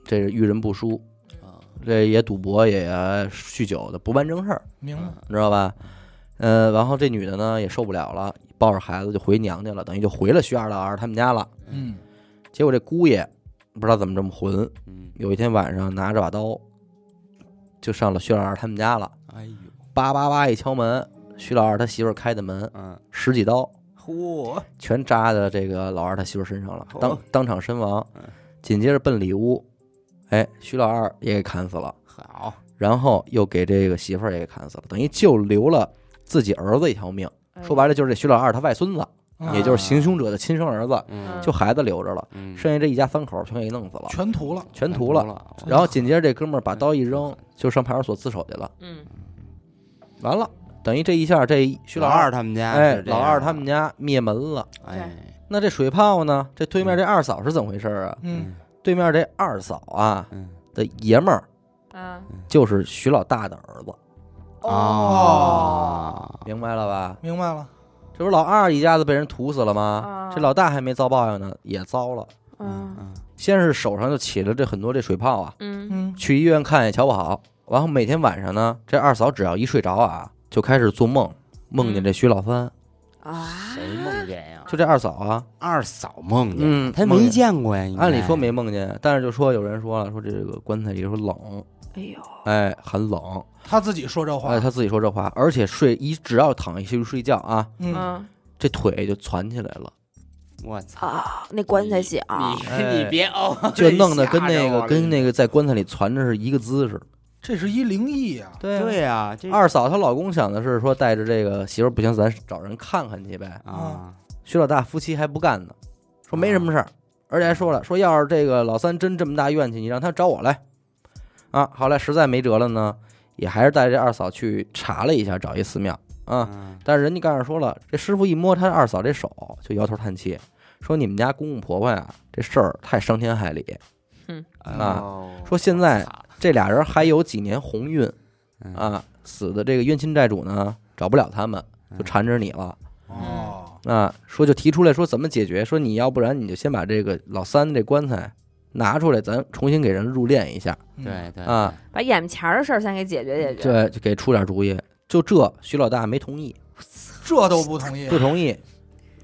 这是遇人不淑，啊这也赌博也酗酒的，不办正事儿，嗯明白，你知道吧？呃，然后这女的呢也受不了了，抱着孩子就回娘家了，等于就回了徐二老二他们家了。嗯，结果这姑爷不知道怎么这么混，嗯，有一天晚上拿着把刀就上了徐老二他们家了，哎呦，叭叭叭一敲门，徐老二他媳妇儿开的门， 嗯，十几刀嚯，全扎在这个老二他媳妇儿身上了，哦当当场身亡嗯。紧接着奔里屋，哎，徐老二也给砍死了，好，然后又给这个媳妇儿也给砍死了，等于就留了自己儿子一条命。哎说白了就是这徐老二他外孙子，嗯也就是行凶者的亲生儿子，嗯就孩子留着了，嗯剩下这一家三口全给弄死了，全涂了，嗯全屠了。了，然后紧接着这哥们儿把刀一扔，就上派出所自首去了。嗯完了，等于这一下这徐老老二，他们家，哎，老二他们，家灭门了。哎，那这水泡呢？这对嗯面这二嫂是怎么回事啊？嗯，对面这二嫂啊嗯的爷们儿啊就是徐老大的儿子，啊哦，明白了吧？明白了，这不是老二一家子被人屠死了吗啊？这老大还没遭报应呢，也遭了。嗯先是手上就起了这很多这水泡啊，嗯嗯，去医院看也瞧不好。然后每天晚上呢，这二嫂只要一睡着啊，就开始做梦，梦见这徐老三，啊，谁梦见呀？就这二嫂啊，二嫂梦见，嗯，他梦没见见过呀，应该按理说没，梦见，但是就说有人说了，说这个棺材里说冷，哎呦，哎，很冷，他自己说这话哎，，他自己说这话，而且睡一只要躺下去睡觉啊，嗯，嗯这腿就攒起来了，我操，啊，那棺材小，哎你你别哦， 就弄得跟那吓着我啊个了跟那个在棺材里攒着是一个姿势。这是一灵异啊，对对呀，这二嫂她老公想的是说带着这个媳妇儿不行，咱找人看看去呗。啊，徐老大夫妻还不干呢，说没什么事儿，而且还说了，说要是这个老三真这么大怨气，你让他找我来。啊，后来实在没辙了呢，也还是带着二嫂去查了一下，找一寺庙啊。嗯但是人家告诉说了，这师傅一摸他二嫂这手，就摇头叹气，说你们家公公婆婆呀，这事儿太伤天害理。啊哦说现在这俩人还有几年鸿运嗯啊，死的这个冤亲债主呢，找不了他们，就缠着你了。哦，啊，说就提出来说怎么解决，说你要不然你就先把这个老三这棺材拿出来，咱重新给人入殓一下，嗯，对对啊，把眼前儿的事儿先给解决解决。这就给出点主意。就这，徐老大没同意，这都不同意不，同意，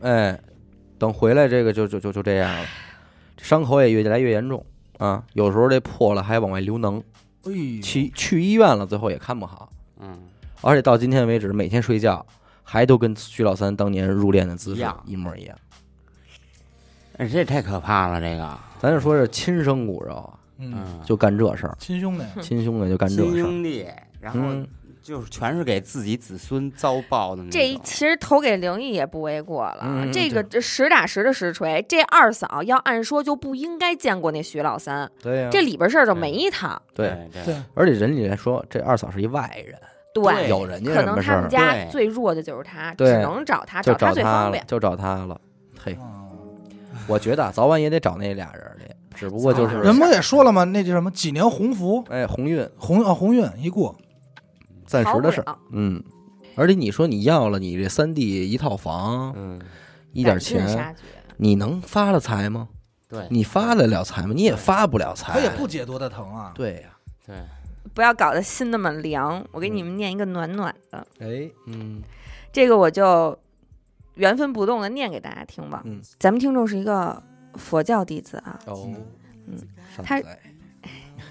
哎，等回来这个就就就就这样了，伤口也越来越严重啊，有时候这破了还往外流脓，哎呦，去去医院了，最后也看不好，嗯，而且到今天为止，每天睡觉还都跟徐老三当年入殓的姿一势样一模一样。哎这太可怕了，这个，咱就说是亲生骨肉啊，嗯，嗯，就干这事儿。亲兄弟，亲兄弟就干这亲事儿，兄弟，然后嗯，就是全是给自己子孙遭报的那这一种其实投给灵异也不为过了，嗯嗯这个这实打实的实锤。这二嫂要按说就不应该见过那徐老三，对呀这里边事儿就没一趟。 对，对对，而且人家说这二嫂是一外人，对有人家可什能么事他们儿家对最弱的就是他，对只能啊找他，就他找最方他了便，。就找他了。嘿，嗯我觉得啊早晚也得找那俩人 去，只不过就早是晚人不也说了吗？那叫什么？几年鸿福，哎鸿运鸿啊鸿运一过，暂逃时不的事儿，了。嗯。而且你说你要了你这三弟一套房嗯，一点赶尽钱，杀绝你能发了财吗？对，你发得了财吗？你也发不了财。哎他也不解多大疼啊。对呀， 对，不要搞得心那么凉。我给你们念一个暖暖的，哎，嗯，这个我就原封不动的念给大家听吧。嗯咱们听众是一个佛教弟子啊，哦，嗯上他载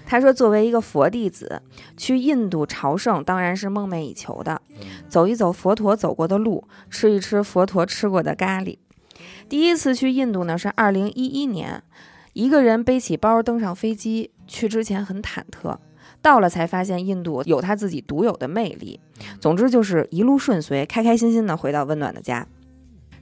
他说，作为一个佛弟子，去印度朝圣当然是梦寐以求的。走一走佛陀走过的路，吃一吃佛陀吃过的咖喱。第一次去印度呢是二零一一年，一个人背起包登上飞机，去之前很忐忑，到了才发现印度有他自己独有的魅力。总之就是一路顺遂，开开心心的回到温暖的家。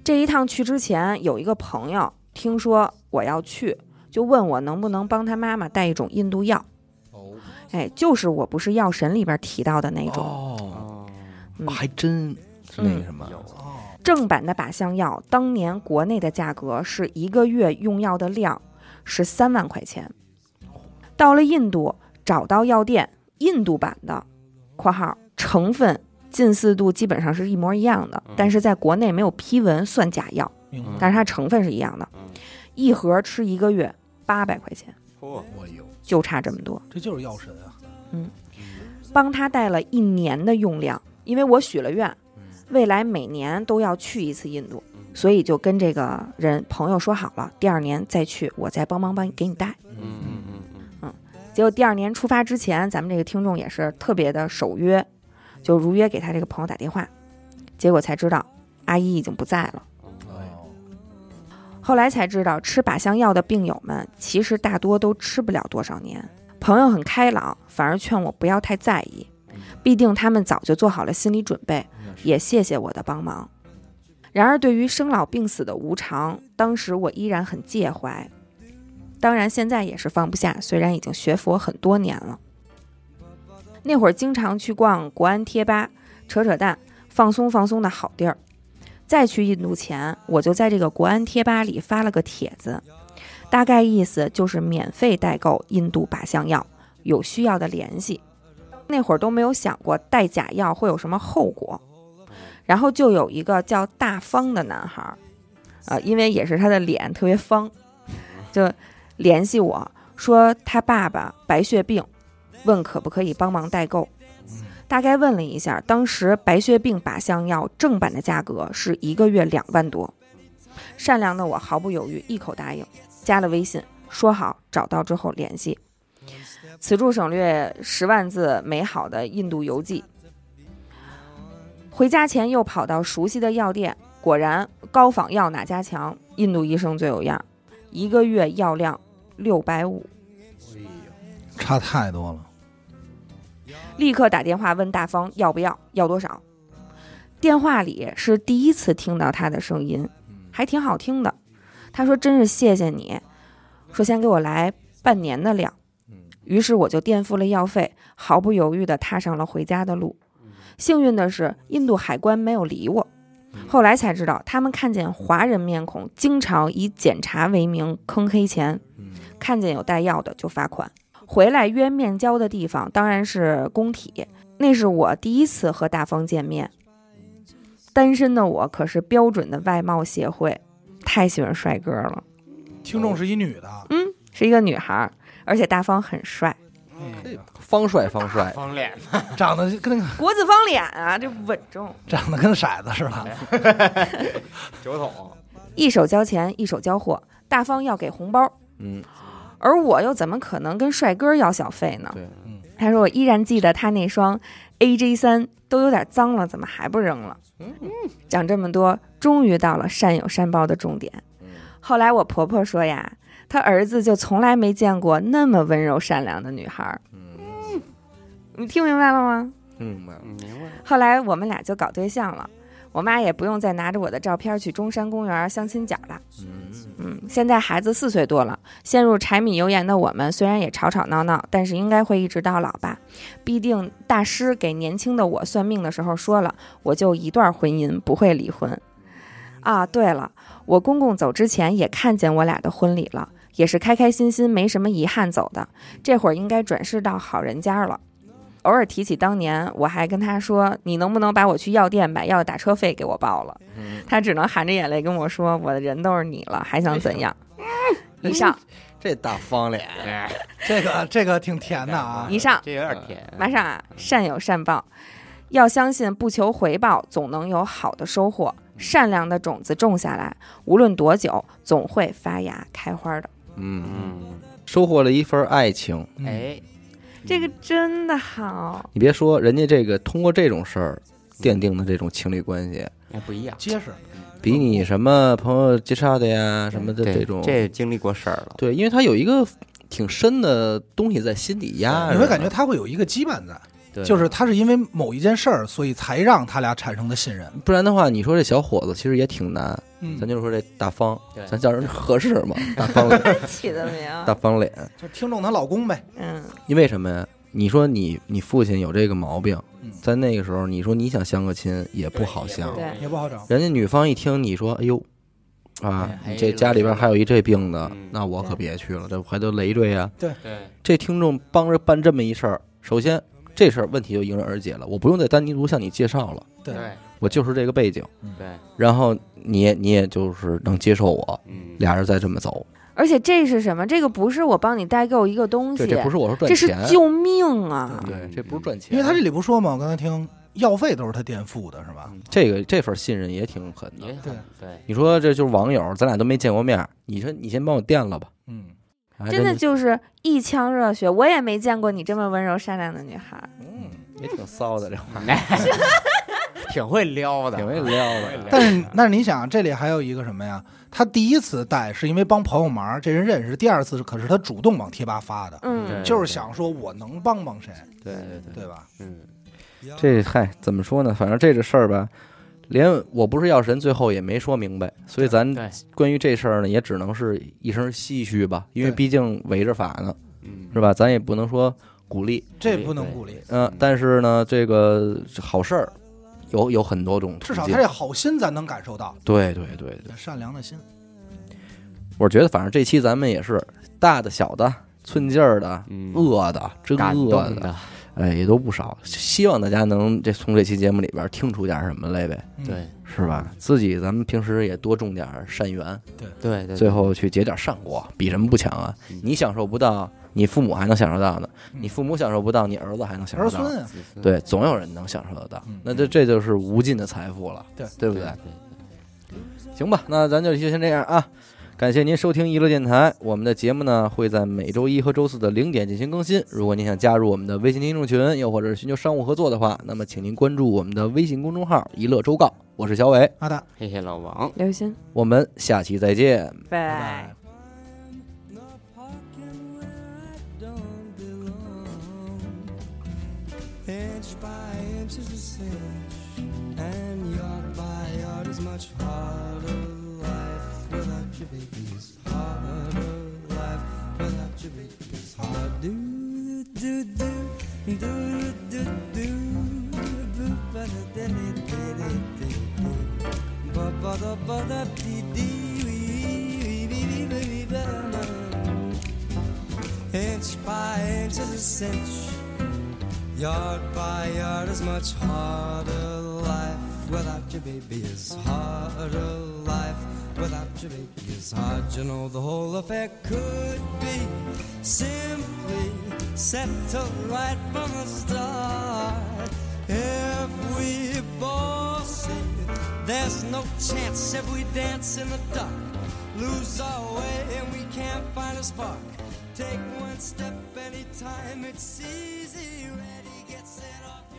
这一趟去之前，有一个朋友听说我要去，就问我能不能帮他妈妈带一种印度药。哦哎，就是我不是药神里边提到的那种。哦，哦，嗯还真是那个什么，有哦，正版的靶向药，当年国内的价格是一个月用药的量是三万块钱。到了印度，找到药店，印度版的（括号成分近似度基本上是一模一样的嗯，但是在国内没有批文算假药，明白。但是它成分是一样的嗯。一盒吃一个月八百块钱，嚯，我有，就差这么多。这就是药神啊！帮他带了一年的用量，因为我许了愿，未来每年都要去一次印度，所以就跟这个人朋友说好了，第二年再去，我再帮忙帮你给你带。嗯嗯嗯嗯，结果第二年出发之前，咱们这个听众也是特别的守约，就如约给他这个朋友打电话，结果才知道阿姨已经不在了。嗯哦，后来才知道，吃靶向药的病友们其实大多都吃不了多少年。朋友很开朗，反而劝我不要太在意，毕竟他们早就做好了心理准备，也谢谢我的帮忙。然而，对于生老病死的无常，当时我依然很介怀，当然现在也是放不下。虽然已经学佛很多年了，那会儿经常去逛国安贴吧，扯扯淡，放松放松的好地儿。再去印度前，我就在这个国安贴吧里发了个帖子，大概意思就是免费代购印度靶向药，有需要的联系。那会儿都没有想过带假药会有什么后果，然后就有一个叫大方的男孩儿，呃，因为也是他的脸特别方，就联系我说他爸爸白血病，问可不可以帮忙代购。大概问了一下，当时白血病靶向药正版的价格是一个月两万多。善良的我毫不犹豫，一口答应，加了微信，说好找到之后联系。此处省略十万字美好的印度游记。回家前又跑到熟悉的药店，果然高仿药哪家强，印度医生最有样，一个月药量六百五。差太多了。立刻打电话问大方要不要，要多少。电话里是第一次听到他的声音，还挺好听的。他说：“真是谢谢你，说先给我来半年的量。”于是我就垫付了药费，毫不犹豫地踏上了回家的路。幸运的是，印度海关没有理我。后来才知道，他们看见华人面孔，经常以检查为名坑黑钱，看见有带药的就罚款。回来约面交的地方当然是工体，那是我第一次和大方见面。单身的我可是标准的外貌协会，太喜欢帅哥了。听众是一女的，嗯，是一个女孩儿，而且大方很帅，哎方帅方帅，方脸，长得跟那个 国字方脸啊，这稳重。长得跟骰子似的。酒桶，一手交钱，一手交货，大方要给红包，嗯，而我又怎么可能跟帅哥要小费呢？对，嗯他说我依然记得他那双 AJ 三都有点脏了，怎么还不扔了？嗯嗯讲这么多，终于到了善有善报的重点。嗯后来我婆婆说呀，她儿子就从来嗯没见过那么温柔善良的女孩儿。嗯，你听明白了吗？嗯，嗯明白了。后来我们俩就搞对象了，我妈也不用再拿着我的照片去中山公园相亲角了。嗯，嗯，现在孩子四岁多了，陷入柴米油盐的我们，虽然也吵吵闹闹，但是应该会一直到老吧。毕竟大师给年轻的我算命的时候说了，我就一段婚姻不会离婚。啊，对了，我公公走之前也看见我俩的婚礼了，也是开开心心，没什么遗憾走的。这会儿应该转世到好人家了。偶尔提起当年，我还跟他说：“你能不能把我去药店买药打车费给我报了？”他只能含着眼泪跟我说：“我的人都是你了，还想怎样？”哎以上，这大方脸，这个这个挺甜的啊，以上， 这有点甜。嗯马上啊，善有善报，要相信不求回报，总能有好的收获。嗯善良的种子种下来，无论多久，总会发芽开花的。嗯，嗯，收获了一份爱情。嗯哎，这个真的好，你别说，人家这个通过这种事儿奠定的这种情侣关系，那哎不一样。结实，比你什么朋友介绍的呀什么的嗯对种，这经历过事儿了。对，因为他有一个挺深的东西在心底压着，你会感觉他会有一个羁绊在，对就是他是因为某一件事儿，所以才让他俩产生的信任。不然的话，你说这小伙子其实也挺难。嗯咱就说这大方对，咱叫人合适吗？大方脸，起的名，大方脸，就听众她老公呗，嗯，因为什么呀？你说你你父亲有这个毛病嗯，在那个时候，你说你想相个亲也不好相，对也不好找。人家女方一听你说，哎呦，啊，哎你这家里边还有一这病的嗯，那我可对别去了，这还得累赘呀。对，这听众帮着办这么一事儿，首先这事儿问题就迎刃而解了，我不用再单独向你介绍了，对对，我就是这个背景，对，然后你也你也就是能接受我，嗯，俩人再这么走，而且这是什么？这个不是我帮你代购一个东对，西，这不是我说赚这是钱，嗯救命啊！对，这不是赚钱，因为他这里不说嘛，我刚才听药费都是他垫付的，是吧？这个这份信任也挺狠也的。很对对，你说这就是网友，咱俩都没见过面儿，你说你先帮我垫了吧，嗯，啊真的这就是一腔热血，我也没见过你这么温柔善良的女孩儿。也挺骚的，这话 挺会撩 的，挺会撩的。但是但是你想，啊这里还有一个什么呀？他第一次带是因为帮朋友忙，这人认识；第二次可是他主动往贴吧发的，嗯对，就是想说我能帮帮谁，对对对，对吧？嗯，这嗨怎么说呢？反正这个事儿吧，连我不是药神最后也没说明白，所以咱对，关于这事儿呢，也只能是一声唏嘘吧，因为对毕竟违着法呢，嗯，是吧？咱也不能说鼓励，这不能鼓励。嗯、但是呢，这个好事儿有有很多种途至径，少他这好心咱能感受到，对对对对。善良的心。我觉得反正这期咱们也是大的、小的、寸劲儿的、嗯饿的、真感饿动的，，哎，也都不少。希望大家能这从这期节目里边听出点什么来呗，嗯，对是吧？自己咱们平时也多种点善缘，对对，最后去结点善果，比什么不强啊嗯？你享受不到，你父母还能享受到呢；嗯你父母享受不到，你儿子还能享儿受到。孙啊，对，总有人能享受得到嗯，那这这就是无尽的财富了，对对对不对？行吧，那咱就就先这样啊。感谢您收听娱乐电台，我们的节目呢会在每周一和周四的零点进行更新。如果您想加入我们的微信听众群，又或者是寻求商务合作的话，那么请您关注我们的微信公众号“娱乐周告”。我是小伟，阿达，谢谢老王。刘鑫，我们下期再见。拜拜。 in a parking where I don't belong. Inch by inch is a cinch, and yard by yard is much harder life without your babies. Harder life without your babies. Hard do do do do do do do do ba da da da da da da ba ba da ba da dee dee wee wee wee wee wee ba da da inch by inch is a cinch, yard by yard is much harder life without your baby is harder life without your baby is hard. You know the whole affair could be simply settled right from the start if we both see there's no chance if we dance in the dark. Lose our way and we can't find a spark. Take one step at a time, it's easy. Ready, get set off.